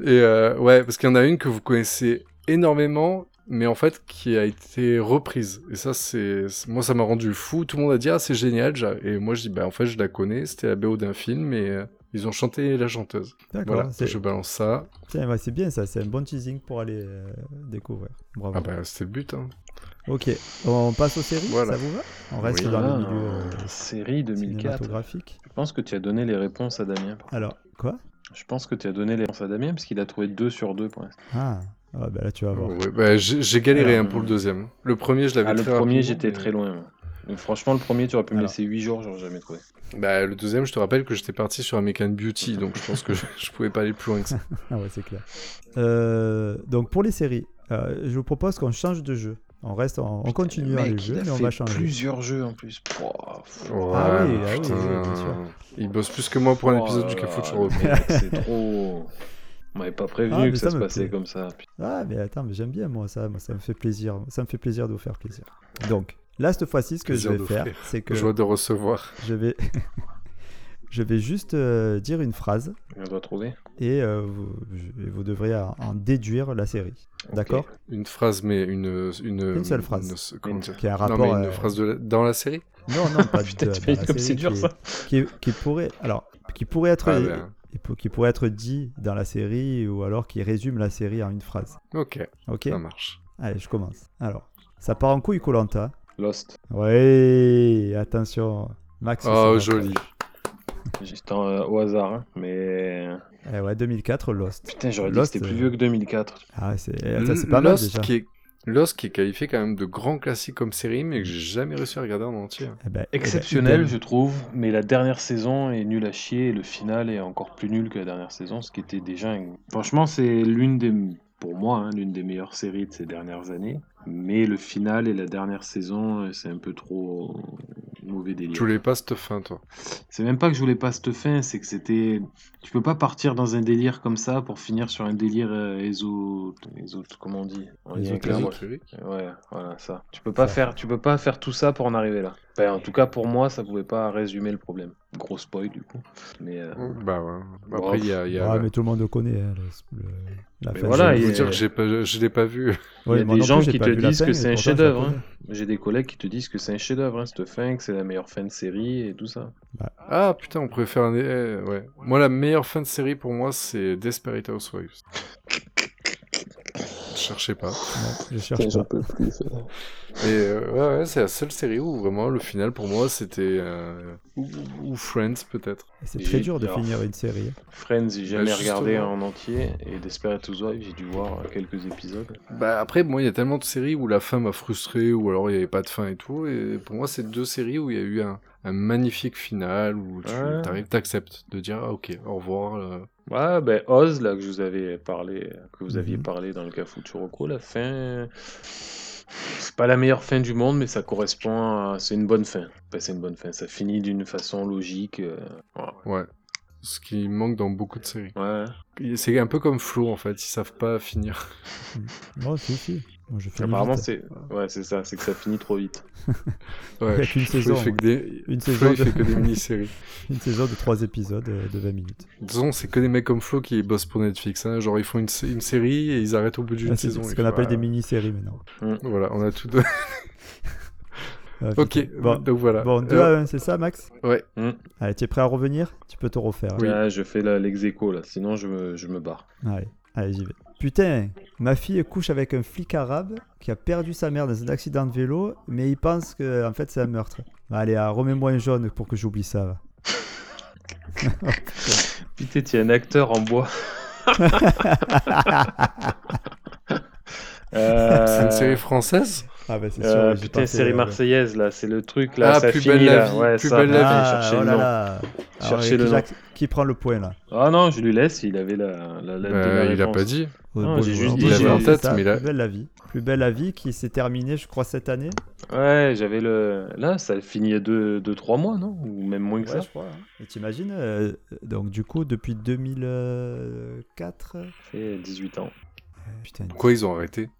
Speaker 4: Et euh, ouais, parce qu'il y en a une que vous connaissez énormément, mais en fait qui a été reprise. Et ça, c'est c'est- moi, ça m'a rendu fou. Tout le monde a dit ah c'est génial. j'a- Et moi, je dis bah en fait je la connais. C'était la BO d'un film, et euh, ils ont chanté la chanteuse.
Speaker 2: D'accord.
Speaker 4: Voilà,
Speaker 2: c'est...
Speaker 4: je balance ça.
Speaker 2: Tiens, ouais, c'est bien ça, c'est un bon teasing pour aller euh, découvrir. Bravo.
Speaker 4: Ah bah c'était le but. Hein.
Speaker 2: Ok, on passe aux séries,
Speaker 4: Voilà.
Speaker 2: ça vous va On reste
Speaker 4: Oui.
Speaker 2: dans le
Speaker 3: Ah,
Speaker 2: milieu euh,
Speaker 3: série 2004.
Speaker 2: cinématographique.
Speaker 3: Je pense que tu as donné les réponses à Damien.
Speaker 2: Alors, quoi
Speaker 3: Je pense que tu as donné les réponses à Damien parce qu'il a trouvé 2 sur 2 pour l'instant.
Speaker 2: Ah, ah, bah là tu vas voir.
Speaker 4: Ouais, bah, j'ai j'ai galéré
Speaker 3: Alors,
Speaker 4: hein, pour le deuxième. Le premier, je l'avais
Speaker 3: Euh, Ah, le
Speaker 4: très
Speaker 3: premier,
Speaker 4: rapidement,
Speaker 3: j'étais
Speaker 4: mais-
Speaker 3: très loin. moi. Donc, franchement, le premier, tu aurais pu me
Speaker 2: Alors.
Speaker 3: laisser 8 jours, j'aurais jamais trouvé.
Speaker 4: Bah le deuxième, je te rappelle que j'étais parti sur American Beauty, donc je pense que je, je pouvais pas aller plus loin que ça.
Speaker 2: Ah ouais, c'est clair. Euh, donc pour les séries, euh, je vous propose qu'on change de jeu. On reste, on, on continue dans
Speaker 3: mec,
Speaker 2: les
Speaker 3: il
Speaker 2: jeux,
Speaker 3: a
Speaker 2: mais on
Speaker 3: fait
Speaker 2: va changer.
Speaker 3: plusieurs jeux en plus. Pouah,
Speaker 2: Ah
Speaker 3: pff.
Speaker 2: oui,
Speaker 4: Ouais,
Speaker 2: ah oui,
Speaker 4: putain.
Speaker 2: oui, bien sûr.
Speaker 4: Euh, Il bosse plus que moi pour un
Speaker 3: Oh
Speaker 4: épisode
Speaker 3: là
Speaker 4: du Cafou de
Speaker 3: là,
Speaker 4: Charles.
Speaker 3: mec, C'est trop. On m'avait pas prévenu
Speaker 2: Ah, mais
Speaker 3: que
Speaker 2: ça
Speaker 3: ça, se
Speaker 2: me
Speaker 3: passait
Speaker 2: plaît.
Speaker 3: comme ça. Putain,
Speaker 2: Ah mais attends, mais j'aime bien moi ça, moi ça me fait plaisir, ça me fait plaisir de vous faire plaisir. Donc là cette fois-ci, ce que
Speaker 4: Plaisir
Speaker 2: je vais
Speaker 4: d'offrir.
Speaker 2: faire, c'est que
Speaker 4: Joie de recevoir.
Speaker 2: je vais, je vais juste euh, dire une phrase
Speaker 3: On doit trouver.
Speaker 2: et euh, vous, je- et vous devrez en, en déduire la série,
Speaker 3: Ok.
Speaker 2: d'accord
Speaker 4: Une phrase, mais une. Une,
Speaker 2: Une seule phrase.
Speaker 4: une- comment dire
Speaker 2: Qui a un
Speaker 4: Non,
Speaker 2: rapport
Speaker 4: mais une
Speaker 2: euh,
Speaker 4: phrase de la- dans la série
Speaker 2: Non, non, pas du tout.
Speaker 3: Putain, tu fais comme c'est dur ça.
Speaker 2: Qui, qui pourrait, alors, qui pourrait être,
Speaker 4: Ah, ben,
Speaker 2: il peut- qui pourrait être dit dans la série ou alors qui résume la série en une phrase.
Speaker 4: ben, Ok,
Speaker 2: Ok.
Speaker 4: ça marche.
Speaker 2: Allez, je commence. Alors, ça part en couille Colanta.
Speaker 3: Lost.
Speaker 2: Ouais, attention, Max.
Speaker 4: Oh,
Speaker 2: c'est bon.
Speaker 4: joli.
Speaker 3: Juste en, euh, au hasard. hein. Mais.
Speaker 2: Eh ouais, 2004, Lost.
Speaker 3: Putain, j'aurais dit que
Speaker 2: Lost,
Speaker 3: c'était
Speaker 2: euh,
Speaker 3: plus vieux que 2004.
Speaker 2: Ah, c'est, eh, ça, c'est
Speaker 4: L-
Speaker 2: pas mal
Speaker 4: Lost
Speaker 2: déjà.
Speaker 4: Qui est... Lost qui est qualifié quand même de grand classique comme série, mais que j'ai jamais réussi à regarder en entier.
Speaker 2: Eh ben, eh ben,
Speaker 3: Exceptionnel,
Speaker 2: idem.
Speaker 3: je trouve, mais la dernière saison est nulle à chier et le final est encore plus nul que la dernière saison, ce qui était déjà. un- Franchement, c'est l'une des. Pour moi, hein, l'une des meilleures séries de ces dernières années. Mais le final et la dernière saison, euh, c'est un peu trop mauvais délire.
Speaker 4: Tu voulais pas cette fin, toi
Speaker 3: C'est même pas que je voulais pas cette fin, c'est que c'était. Tu peux pas partir dans un délire comme ça pour finir sur un délire euh, éso. éso- Comment on dit En lien avec la
Speaker 2: Ésotérique.
Speaker 3: voix. Ouais, voilà ça. Tu peux pas
Speaker 2: Ça.
Speaker 3: faire, tu peux pas faire tout ça pour en arriver là. Ben, en tout cas pour moi, ça pouvait pas résumer le problème. Gros spoil du coup. Mais, euh,
Speaker 4: Bah ouais.
Speaker 3: Bon,
Speaker 4: Après, il y a. il y a-
Speaker 2: Ouais, mais tout le monde le connaît. hein, le- le- la
Speaker 3: Mais
Speaker 2: fin,
Speaker 3: voilà,
Speaker 2: je-
Speaker 4: je vais
Speaker 3: il
Speaker 4: vous
Speaker 3: y a-
Speaker 4: dire que j'ai pas- je l'ai pas vu.
Speaker 3: il y a
Speaker 2: Ouais, moi
Speaker 3: des
Speaker 2: non plus,
Speaker 3: gens
Speaker 2: j'ai
Speaker 3: qui
Speaker 2: pas
Speaker 3: te
Speaker 2: vu la
Speaker 3: disent
Speaker 2: fin,
Speaker 3: que
Speaker 2: et
Speaker 3: c'est un
Speaker 2: pourtant, je la
Speaker 3: chef-d'œuvre,
Speaker 2: connais.
Speaker 3: hein. j'ai des collègues qui te disent que c'est un chef-d'œuvre hein, cette fin, que c'est la meilleure fin de série et tout ça.
Speaker 4: Ah putain, on pourrait faire un. eh, ouais. Moi, la meilleure fin de série pour moi, c'est Desperate Housewives. Cherchez pas.
Speaker 2: Non, je cherche pas.
Speaker 3: peux plus.
Speaker 4: Et euh, ouais, ouais, c'est la seule série où vraiment le final pour moi c'était. euh, ou, ou Friends peut-être.
Speaker 2: C'est
Speaker 3: Et
Speaker 2: très dur de
Speaker 3: alors-
Speaker 2: finir une série.
Speaker 3: Friends, j'ai jamais
Speaker 4: Bah,
Speaker 3: regardé
Speaker 4: justement.
Speaker 3: en entier et Desperate Housewives, j'ai dû voir quelques épisodes.
Speaker 4: Bah après, moi, il y a tellement de séries où la fin m'a frustré ou alors il n'y avait pas de fin et tout. Et pour moi, c'est deux séries où il y a eu un, un magnifique final où tu
Speaker 3: Ouais.
Speaker 4: t'arrives, t'acceptes de dire ah, ok, au revoir. là.
Speaker 3: Ouais, ben Oz, là, que je vous avais parlé, que vous aviez
Speaker 2: Mhm.
Speaker 3: parlé dans le cas Futuroko, la fin. C'est pas la meilleure fin du monde, mais ça correspond à. C'est une bonne fin. Enfin, c'est une bonne fin. Ça finit d'une façon logique. euh, voilà.
Speaker 4: Ouais. Ce qui manque dans beaucoup de séries.
Speaker 3: Ouais.
Speaker 4: C'est un peu comme Flo en fait, ils savent pas finir.
Speaker 2: Non, si, si. Moi, je finis
Speaker 3: Apparemment,
Speaker 2: vite.
Speaker 3: c'est. Ouais, c'est ça. C'est que ça finit trop vite.
Speaker 4: Ouais,
Speaker 2: Il y a qu'une
Speaker 4: Flo, il
Speaker 2: saison,
Speaker 4: fait que des,
Speaker 2: Une
Speaker 4: Flo,
Speaker 2: saison
Speaker 4: il fait
Speaker 2: de-
Speaker 4: que des mini-séries.
Speaker 2: une saison de 3 épisodes euh, de 20 minutes.
Speaker 4: De toute façon, c'est que des mecs comme Flo qui bossent pour Netflix. hein. Genre, ils font une, sé- une série et ils arrêtent au bout d'une
Speaker 2: Ah, c'est
Speaker 4: saison.
Speaker 2: ce
Speaker 4: Ils
Speaker 2: qu'on
Speaker 4: font,
Speaker 2: appelle
Speaker 4: ah,
Speaker 2: des mini-séries maintenant.
Speaker 4: Voilà, on a tout deux.
Speaker 2: Ah,
Speaker 4: ok, euh,
Speaker 2: putain. Bon,
Speaker 4: donc voilà.
Speaker 2: bon 2
Speaker 4: Euh,
Speaker 2: à 1, c'est ça, Max
Speaker 4: Ouais.
Speaker 3: Mm.
Speaker 2: Allez, tu es prêt à revenir Tu peux te refaire. hein.
Speaker 3: Là, je fais la- lex aequo, là. Sinon, je me, je me barre.
Speaker 2: Allez, allez j'y vais. Putain, ma fille couche avec un flic arabe qui a perdu sa mère dans un accident de vélo, mais il pense que en fait c'est un meurtre. Allez, ah, remets-moi un jaune pour que j'oublie ça. va.
Speaker 3: Putain, t'es un acteur en bois.
Speaker 4: C'est
Speaker 3: Euh,
Speaker 4: une série française
Speaker 2: Ah bah c'est sûr.
Speaker 3: Euh,
Speaker 2: j'y
Speaker 3: putain,
Speaker 2: pensais,
Speaker 3: série
Speaker 2: ouais.
Speaker 3: marseillaise, là, c'est le truc, là,
Speaker 4: Ah,
Speaker 3: ça
Speaker 4: Plus
Speaker 3: finit,
Speaker 4: belle la
Speaker 3: là.
Speaker 4: vie,
Speaker 3: ouais,
Speaker 4: Plus
Speaker 3: ça,
Speaker 4: belle la
Speaker 3: putain,
Speaker 4: vie.
Speaker 2: Ah,
Speaker 3: cherchez
Speaker 2: oh
Speaker 3: le
Speaker 2: là
Speaker 3: nom.
Speaker 2: là. Alors,
Speaker 3: Cherchez le nom.
Speaker 2: Jacques, qui prend le point là
Speaker 3: Ah non, je lui laisse, il avait la, la
Speaker 2: Bah,
Speaker 3: lettre de la
Speaker 4: Euh, il a
Speaker 3: réponse.
Speaker 4: pas dit.
Speaker 2: Ouais,
Speaker 3: Non,
Speaker 2: Oh, bon,
Speaker 3: j'ai
Speaker 2: je
Speaker 3: juste
Speaker 2: vois,
Speaker 3: dit,
Speaker 2: on
Speaker 3: j'avais
Speaker 2: voit
Speaker 3: en
Speaker 2: ça,
Speaker 4: tête, mais là-
Speaker 2: Plus belle la vie. Plus belle la vie qui s'est terminée, je crois, cette année.
Speaker 3: Ouais, j'avais le... Là, ça finit il y a 2-3 deux, deux, trois mois, non Ou même moins que
Speaker 2: Ouais,
Speaker 3: ça.
Speaker 2: je crois. hein. Et t'imagines, euh, donc du coup, depuis 2004, euh,
Speaker 3: Ça fait 18 ans.
Speaker 2: putain, bah,
Speaker 4: Pourquoi ils ont arrêté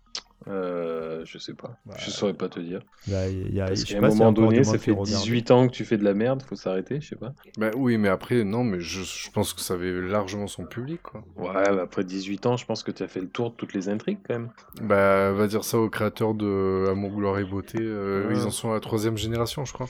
Speaker 3: Euh, je sais pas.
Speaker 2: Ouais.
Speaker 3: Je saurais pas te dire.
Speaker 2: là, il y a,
Speaker 3: Parce
Speaker 2: Bah, je sais
Speaker 3: qu'à un
Speaker 2: pas s'il y a
Speaker 3: moment
Speaker 2: encore
Speaker 3: donné,
Speaker 2: du
Speaker 3: ça
Speaker 2: monde qui
Speaker 3: fait
Speaker 2: regarde.
Speaker 3: 18 ans que tu fais de la merde, faut s'arrêter, je sais pas.
Speaker 4: Bah oui, mais après, non, mais je, je pense que ça avait largement son public, quoi.
Speaker 3: Ouais, bah après 18 ans, je pense que tu as fait le tour de toutes les intrigues quand même.
Speaker 4: Bah, va dire ça aux créateurs de Amour, Gloire et Beauté. euh,
Speaker 3: Ouais.
Speaker 2: Ah.
Speaker 4: Ils en sont à la troisième génération, je crois.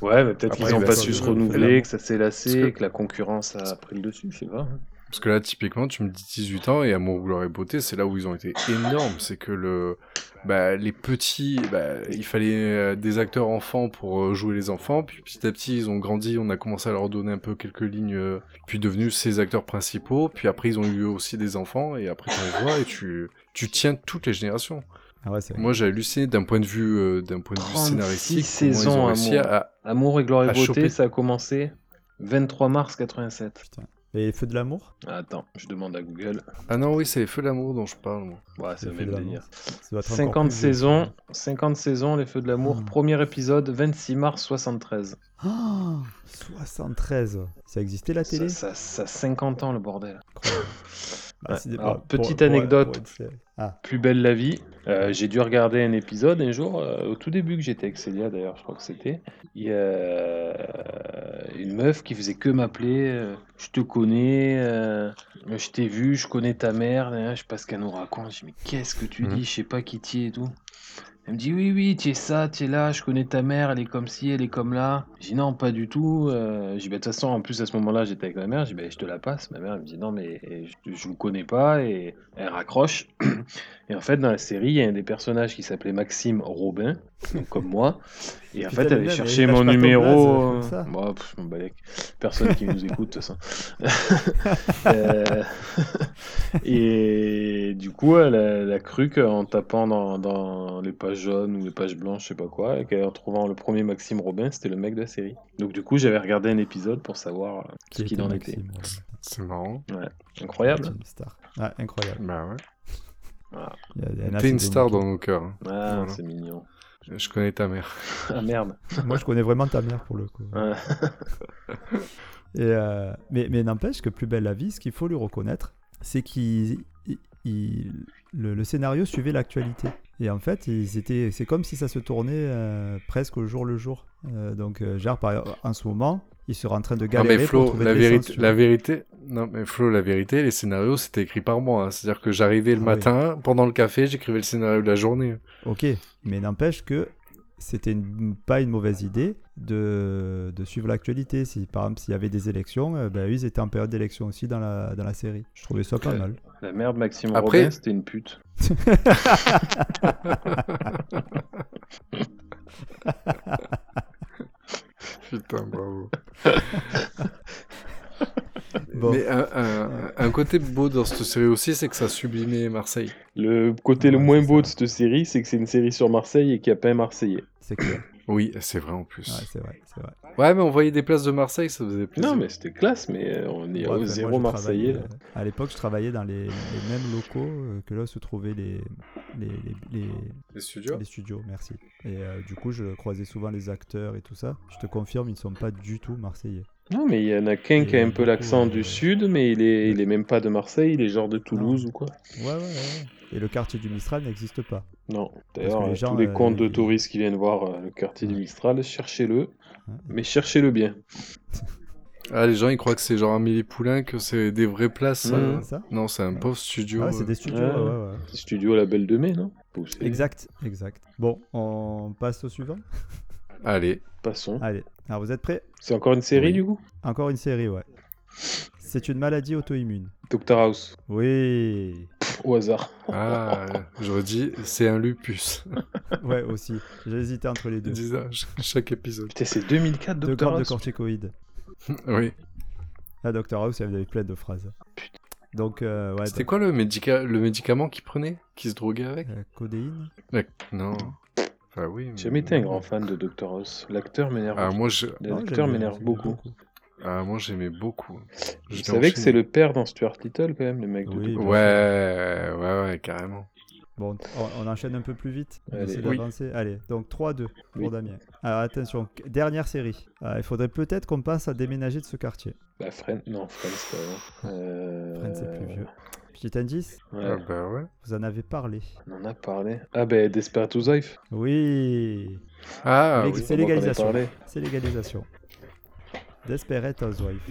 Speaker 3: Ouais, mais peut-être
Speaker 4: Après,
Speaker 3: qu'ils n'ont
Speaker 4: bah,
Speaker 3: pas
Speaker 4: ça,
Speaker 3: su se
Speaker 4: je-
Speaker 3: renouveler, que ça s'est
Speaker 4: Parce
Speaker 3: lassé,
Speaker 4: que-
Speaker 3: que... la concurrence a pris le dessus, je sais pas. hein.
Speaker 4: Parce que là, typiquement, tu me dis 18 ans et Amour, Gloire et Beauté, c'est là où ils ont été énormes. C'est que le, bah, les petits, bah, il fallait euh, des acteurs enfants pour euh, jouer les enfants. Puis petit à petit, ils ont grandi, on a commencé à leur donner un peu quelques lignes. euh, puis devenus ces acteurs principaux. Puis après, ils ont eu aussi des enfants. Et après, tu les vois et tu, tu tiens toutes les générations.
Speaker 2: Ah ouais, c'est vrai.
Speaker 4: Moi, j'ai halluciné d'un point de vue, euh, d'un point de vue
Speaker 3: 36
Speaker 4: scénaristique.
Speaker 3: saisons,
Speaker 4: comment ils ont réussi
Speaker 3: Amour.
Speaker 4: à-
Speaker 3: Amour et gloire et
Speaker 4: À
Speaker 3: beauté,
Speaker 4: choper.
Speaker 3: ça a commencé 23 mars 87.
Speaker 2: Et Feu de l'amour
Speaker 3: Attends, je demande à Google.
Speaker 4: Ah non, oui, c'est les feux de l'amour dont je parle. moi.
Speaker 3: Ouais, c'est
Speaker 2: Les
Speaker 3: le
Speaker 2: Feux
Speaker 3: même
Speaker 2: de l'amour.
Speaker 3: délire.
Speaker 2: Ça doit être encore
Speaker 3: 50
Speaker 2: plus vieux.
Speaker 3: saisons, 50 saisons, Les Feux de l'amour,
Speaker 2: Ah.
Speaker 3: premier épisode, 26 mars 73.
Speaker 2: Ah, 73. Ça existait la
Speaker 3: Ça,
Speaker 2: télé
Speaker 3: ça, ça a 50 ans le bordel.
Speaker 2: Incroyable. Ah, c'est des-
Speaker 3: Alors,
Speaker 2: ah, pour- pour-
Speaker 3: petite
Speaker 2: pour-
Speaker 3: anecdote.
Speaker 2: pour une série. Ah,
Speaker 3: Plus belle la vie. Euh, j'ai dû regarder un épisode un jour, euh, au tout début que j'étais avec Célia d'ailleurs, je crois que c'était. Il y a euh, une meuf qui faisait que m'appeler euh, Je te connais, euh, je t'ai vu, je connais ta mère, hein, je sais pas ce qu'elle nous raconte. Je dis Mais qu'est-ce que tu
Speaker 4: Mhm.
Speaker 3: dis Je sais pas qui t'y et tout. Elle me dit Oui, oui, tu es ça, tu es là, je connais ta mère, elle est comme ci, elle est comme là. Je dis Non, pas du tout. Euh, je dis Bah, De toute façon, en plus à ce moment-là, j'étais avec ma mère, je dis Bah, Je te la passe. Ma mère elle me dit Non, mais eh, je, je vous connais pas et elle raccroche. Et en fait, dans la série, il y a un des personnages qui s'appelait Maxime Robin, donc comme moi. Et en
Speaker 2: Putain,
Speaker 3: fait,
Speaker 2: le
Speaker 3: elle
Speaker 2: même,
Speaker 3: est
Speaker 2: il
Speaker 3: chercher
Speaker 2: lâche
Speaker 3: mon
Speaker 2: pas ton
Speaker 3: numéro.
Speaker 2: blaze, comme ça.
Speaker 3: Moi, pff, je m'en balèque. Personne qui nous écoute, de toute façon. Euh, Et du coup, elle a, elle a cru qu'en euh, tapant dans, dans les pages jaunes ou les pages blanches, je sais pas quoi, et qu'en trouvant le premier Maxime Robin, c'était le mec de la série. Donc du coup, j'avais regardé un épisode pour savoir euh, ce qu'il
Speaker 2: était
Speaker 3: en
Speaker 2: Maxime,
Speaker 4: C'est marrant.
Speaker 3: était.
Speaker 2: ouais.
Speaker 3: Incroyable.
Speaker 2: C'était une star. Ah, incroyable.
Speaker 4: Bah ouais.
Speaker 2: Il y a- il y en a,
Speaker 4: T'es
Speaker 2: c'est
Speaker 4: une
Speaker 2: des
Speaker 4: star
Speaker 2: monkeys.
Speaker 4: dans nos cœurs. hein.
Speaker 3: Ah,
Speaker 4: Voilà.
Speaker 3: c'est mignon.
Speaker 4: Je connais ta mère.
Speaker 3: Ah merde.
Speaker 2: Moi, je connais vraiment ta mère pour le coup.
Speaker 3: Ouais.
Speaker 2: Et, euh, mais mais n'empêche que Plus belle la vie, ce qu'il faut lui reconnaître, c'est qu'il il- il- le, le scénario suivait l'actualité. Et en fait, ils étaient- c'est comme si ça se tournait euh, presque au jour le jour. Euh, donc, euh, genre, par- en ce moment, ils seraient en train de
Speaker 4: Non
Speaker 2: galérer
Speaker 4: mais
Speaker 2: pour
Speaker 4: Flo,
Speaker 2: trouver
Speaker 4: la
Speaker 2: de l'essence,
Speaker 4: vérité,
Speaker 2: tu vois.
Speaker 4: la vérité. Non mais Flo, la vérité, les scénarios c'était écrit par moi. hein. C'est-à-dire que j'arrivais
Speaker 2: Ah
Speaker 4: le
Speaker 2: oui.
Speaker 4: matin, pendant le café, j'écrivais le scénario de la journée.
Speaker 2: Ok, mais n'empêche que c'était une- pas une mauvaise idée de, de suivre l'actualité. Si par exemple s'il y avait des élections, euh, ben, eux, ils étaient en période d'élection aussi dans la, dans la série. Je trouvais ça pas
Speaker 3: Ouais.
Speaker 2: mal.
Speaker 3: La merde, Maxime
Speaker 4: Après-
Speaker 3: Robin, c'était une pute.
Speaker 4: Putain, bravo.
Speaker 2: Bon.
Speaker 4: Mais un, un- un côté beau dans cette série aussi, c'est que ça sublimait Marseille.
Speaker 3: Le côté le
Speaker 2: Ouais,
Speaker 3: moins
Speaker 2: c'est
Speaker 3: beau
Speaker 2: ça.
Speaker 3: de cette série, c'est que c'est une série sur Marseille et qu'il n'y a pas un Marseillais.
Speaker 2: C'est clair.
Speaker 4: Oui, c'est vrai en
Speaker 2: Ouais,
Speaker 4: plus.
Speaker 2: c'est vrai, c'est vrai.
Speaker 4: Ouais. mais on voyait des places de Marseille, ça faisait plaisir.
Speaker 3: Non, mais c'était classe, mais euh, on
Speaker 2: Ouais,
Speaker 3: est
Speaker 2: enfin,
Speaker 3: au
Speaker 2: moi,
Speaker 3: zéro
Speaker 2: je
Speaker 3: Marseillais.
Speaker 2: travaillais, euh, À l'époque, je travaillais dans les, les mêmes locaux euh, que là où se trouvaient les, les, les, les-
Speaker 4: Les studios.
Speaker 2: les studios. Merci. Et euh, du coup, je croisais souvent les acteurs et tout ça. Je te confirme, ils ne sont pas du tout marseillais.
Speaker 3: Non, mais il y en a qu'un qui
Speaker 2: Et
Speaker 3: a un
Speaker 2: du
Speaker 3: peu
Speaker 2: coup,
Speaker 3: l'accent
Speaker 2: euh,
Speaker 3: du sud, mais il est, il est même pas de Marseille, il est genre de Toulouse ou quoi.
Speaker 2: Ouais, ouais, ouais, ouais. Et le quartier du Mistral n'existe pas.
Speaker 3: Non,
Speaker 2: que
Speaker 3: d'ailleurs,
Speaker 2: les
Speaker 3: euh,
Speaker 2: gens,
Speaker 3: tous les
Speaker 2: euh,
Speaker 3: comptes de
Speaker 2: ils-
Speaker 3: touristes qui viennent voir euh, le quartier du
Speaker 2: Ouais.
Speaker 3: Mistral, cherchez-le,
Speaker 2: Ouais.
Speaker 3: mais cherchez-le bien.
Speaker 4: Ah, les gens, ils croient que c'est genre Amélie Poulain, que c'est des vraies places.
Speaker 3: Mmh.
Speaker 4: euh.
Speaker 2: C'est ça
Speaker 4: Non, c'est un pauvre studio.
Speaker 2: Ah ouais, c'est
Speaker 4: euh.
Speaker 2: des studios.
Speaker 3: Ouais.
Speaker 2: ouais, ouais, ouais.
Speaker 3: Studio La Belle de Mai, non Vous savez.
Speaker 2: Exact, exact. Bon, on passe au suivant.
Speaker 4: Allez.
Speaker 3: Passons.
Speaker 2: Allez, alors vous êtes prêts
Speaker 3: C'est encore une série
Speaker 4: Oui.
Speaker 3: du coup
Speaker 2: Encore une série, ouais. C'est une maladie auto-immune.
Speaker 3: Doctor House,
Speaker 2: Oui,
Speaker 3: au hasard.
Speaker 4: Ah, j'aurais dit, c'est un lupus.
Speaker 2: ouais aussi. J'ai hésité entre les
Speaker 4: Ils
Speaker 2: deux.
Speaker 4: disent ça à ch- chaque épisode.
Speaker 3: Putain, c'est 2004
Speaker 2: Deux
Speaker 3: Doctor
Speaker 2: grammes de
Speaker 3: House.
Speaker 2: corticoïdes.
Speaker 4: Oui.
Speaker 2: La Dr House, elle avait plein de phrases. Donc, euh, ouais,
Speaker 4: C'était
Speaker 2: donc,
Speaker 4: quoi le, médica- le médicament qu'ils prenaient Qu'ils se droguaient avec
Speaker 2: euh, codéine
Speaker 4: La- Non. Ah oui. mais-
Speaker 3: J'ai jamais été un grand fan de Dr House. L'acteur m'énerve.
Speaker 4: Ah, moi, je...
Speaker 2: Non,
Speaker 3: L'acteur
Speaker 2: j'aime-
Speaker 3: m'énerve
Speaker 2: j'aime
Speaker 3: beaucoup.
Speaker 4: ah, moi j'aimais beaucoup.
Speaker 3: Je
Speaker 4: J'étais
Speaker 3: savais que
Speaker 4: enchaîné.
Speaker 3: c'est le père dans Stuart Little, quand même, le mec de
Speaker 2: Oui,
Speaker 3: Dr.
Speaker 2: bien
Speaker 3: House.
Speaker 4: Ouais, ouais, ouais, carrément.
Speaker 2: Bon, on, on enchaîne un peu plus vite. On
Speaker 3: Allez.
Speaker 2: essaie
Speaker 3: Oui.
Speaker 2: d'avancer. Allez, donc 3-2 pour
Speaker 3: Oui.
Speaker 2: Damien. Alors attention, qu- dernière série. Euh, il faudrait peut-être qu'on passe à déménager de ce quartier.
Speaker 3: Bah, Friends, non, Friends, c'est avant. Euh...
Speaker 2: Friends, c'est plus vieux. Petit indice,
Speaker 3: ouais,
Speaker 4: Ah bah ouais.
Speaker 2: vous en avez parlé.
Speaker 3: on en a parlé. Ah, bah, Desperate Housewives.
Speaker 2: Oui,
Speaker 4: Ah
Speaker 2: Mais
Speaker 4: oui.
Speaker 2: c'est
Speaker 3: on en a
Speaker 2: l'égalisation.
Speaker 3: parlé.
Speaker 2: c'est l'égalisation. Desperate Housewife.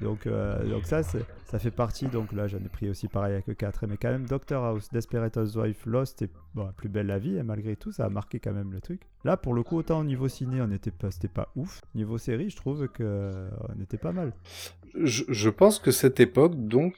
Speaker 2: Donc, euh, donc ça, c'est- ça fait partie. Donc là, j'en ai pris aussi pareil avec 4. Mais quand même, Doctor House, Desperate Housewife, Lost, et bon, plus belle la vie. Et malgré tout, ça a marqué quand même le truc. Là, pour le coup, autant au niveau ciné, on n'était pas, c'était pas ouf. Niveau série, je trouve que euh, on était pas mal.
Speaker 4: Je, je pense que cette époque, donc,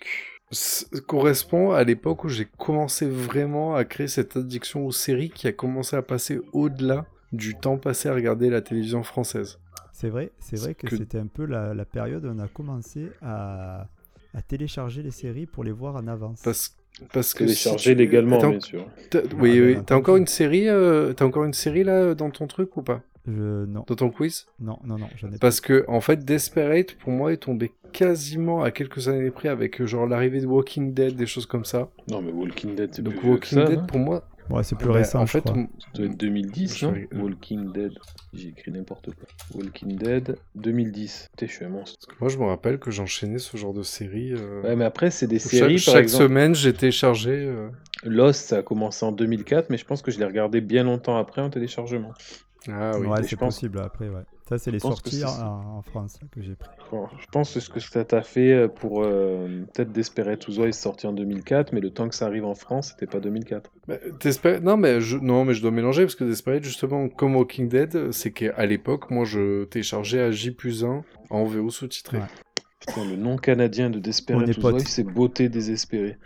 Speaker 4: s- correspond à l'époque où j'ai commencé vraiment à créer cette addiction aux séries qui a commencé à passer au-delà du temps passé à regarder la télévision française.
Speaker 2: C'est vrai, c'est vrai que,
Speaker 4: Que-
Speaker 2: c'était un peu la, la période où on a commencé à, à télécharger les séries pour les voir en avance.
Speaker 4: Parce, parce que.
Speaker 3: Téléchargé
Speaker 4: si tu-
Speaker 3: légalement,
Speaker 4: Attends,
Speaker 3: bien sûr.
Speaker 4: t'as-
Speaker 2: Ah,
Speaker 4: Oui,
Speaker 2: bien
Speaker 4: oui.
Speaker 2: entendu.
Speaker 4: T'as encore une série, euh, t'as encore une série là dans ton truc ou pas
Speaker 2: Je- non,
Speaker 4: Dans ton quiz
Speaker 2: non, non, non, j'en ai pas.
Speaker 4: Parce que, en fait, Desperate, pour moi, est tombé quasiment à quelques années près avec, euh, genre, l'arrivée de Walking Dead, des choses comme ça.
Speaker 3: Non, mais Walking Dead, c'est
Speaker 4: Donc,
Speaker 3: plus hein. vieux que
Speaker 4: Walking
Speaker 3: ça,
Speaker 4: Dead,
Speaker 3: non
Speaker 4: pour moi.
Speaker 2: Ouais, c'est plus
Speaker 4: bah,
Speaker 2: récent,
Speaker 4: en
Speaker 2: je
Speaker 4: fait,
Speaker 2: crois.
Speaker 4: m-
Speaker 3: Ça doit être 2010,
Speaker 4: Je euh,
Speaker 3: non
Speaker 4: vais-
Speaker 3: Walking Dead. J'ai écrit n'importe quoi. Walking Dead, 2010. Putain, je suis un monstre.
Speaker 4: Moi, je me rappelle que j'enchaînais ce genre de série. euh,
Speaker 3: Ouais, mais après, c'est des
Speaker 4: chaque-
Speaker 3: séries,
Speaker 4: chaque
Speaker 3: par exemple.
Speaker 4: semaine, j'étais chargé. euh,
Speaker 3: Lost, ça a commencé en 2004, mais je pense que je l'ai regardé bien longtemps après en téléchargement.
Speaker 4: Ah oui.
Speaker 2: ouais,
Speaker 3: mais je
Speaker 2: c'est
Speaker 3: pense-
Speaker 2: possible après, ouais. Ça, c'est les
Speaker 3: pense que
Speaker 2: sorties
Speaker 3: c'est-
Speaker 2: en, en France là, que j'ai pris.
Speaker 3: Bon, je pense que ce que ça t'a fait euh, pour euh, peut-être Desperate Housewives sorti en 2004, mais le temps que ça arrive en France, c'était pas 2004.
Speaker 4: Bah, Desperate- Non, mais je... non, mais je dois mélanger parce que Desperate, justement, comme Walking Dead, c'est qu'à l'époque, moi, je téléchargeais à J 1 en VO sous-titré.
Speaker 2: Ouais.
Speaker 3: Putain, le nom canadien de
Speaker 2: On
Speaker 3: Desperate
Speaker 2: est potes.
Speaker 3: Housewives, c'est Beauté désespérée.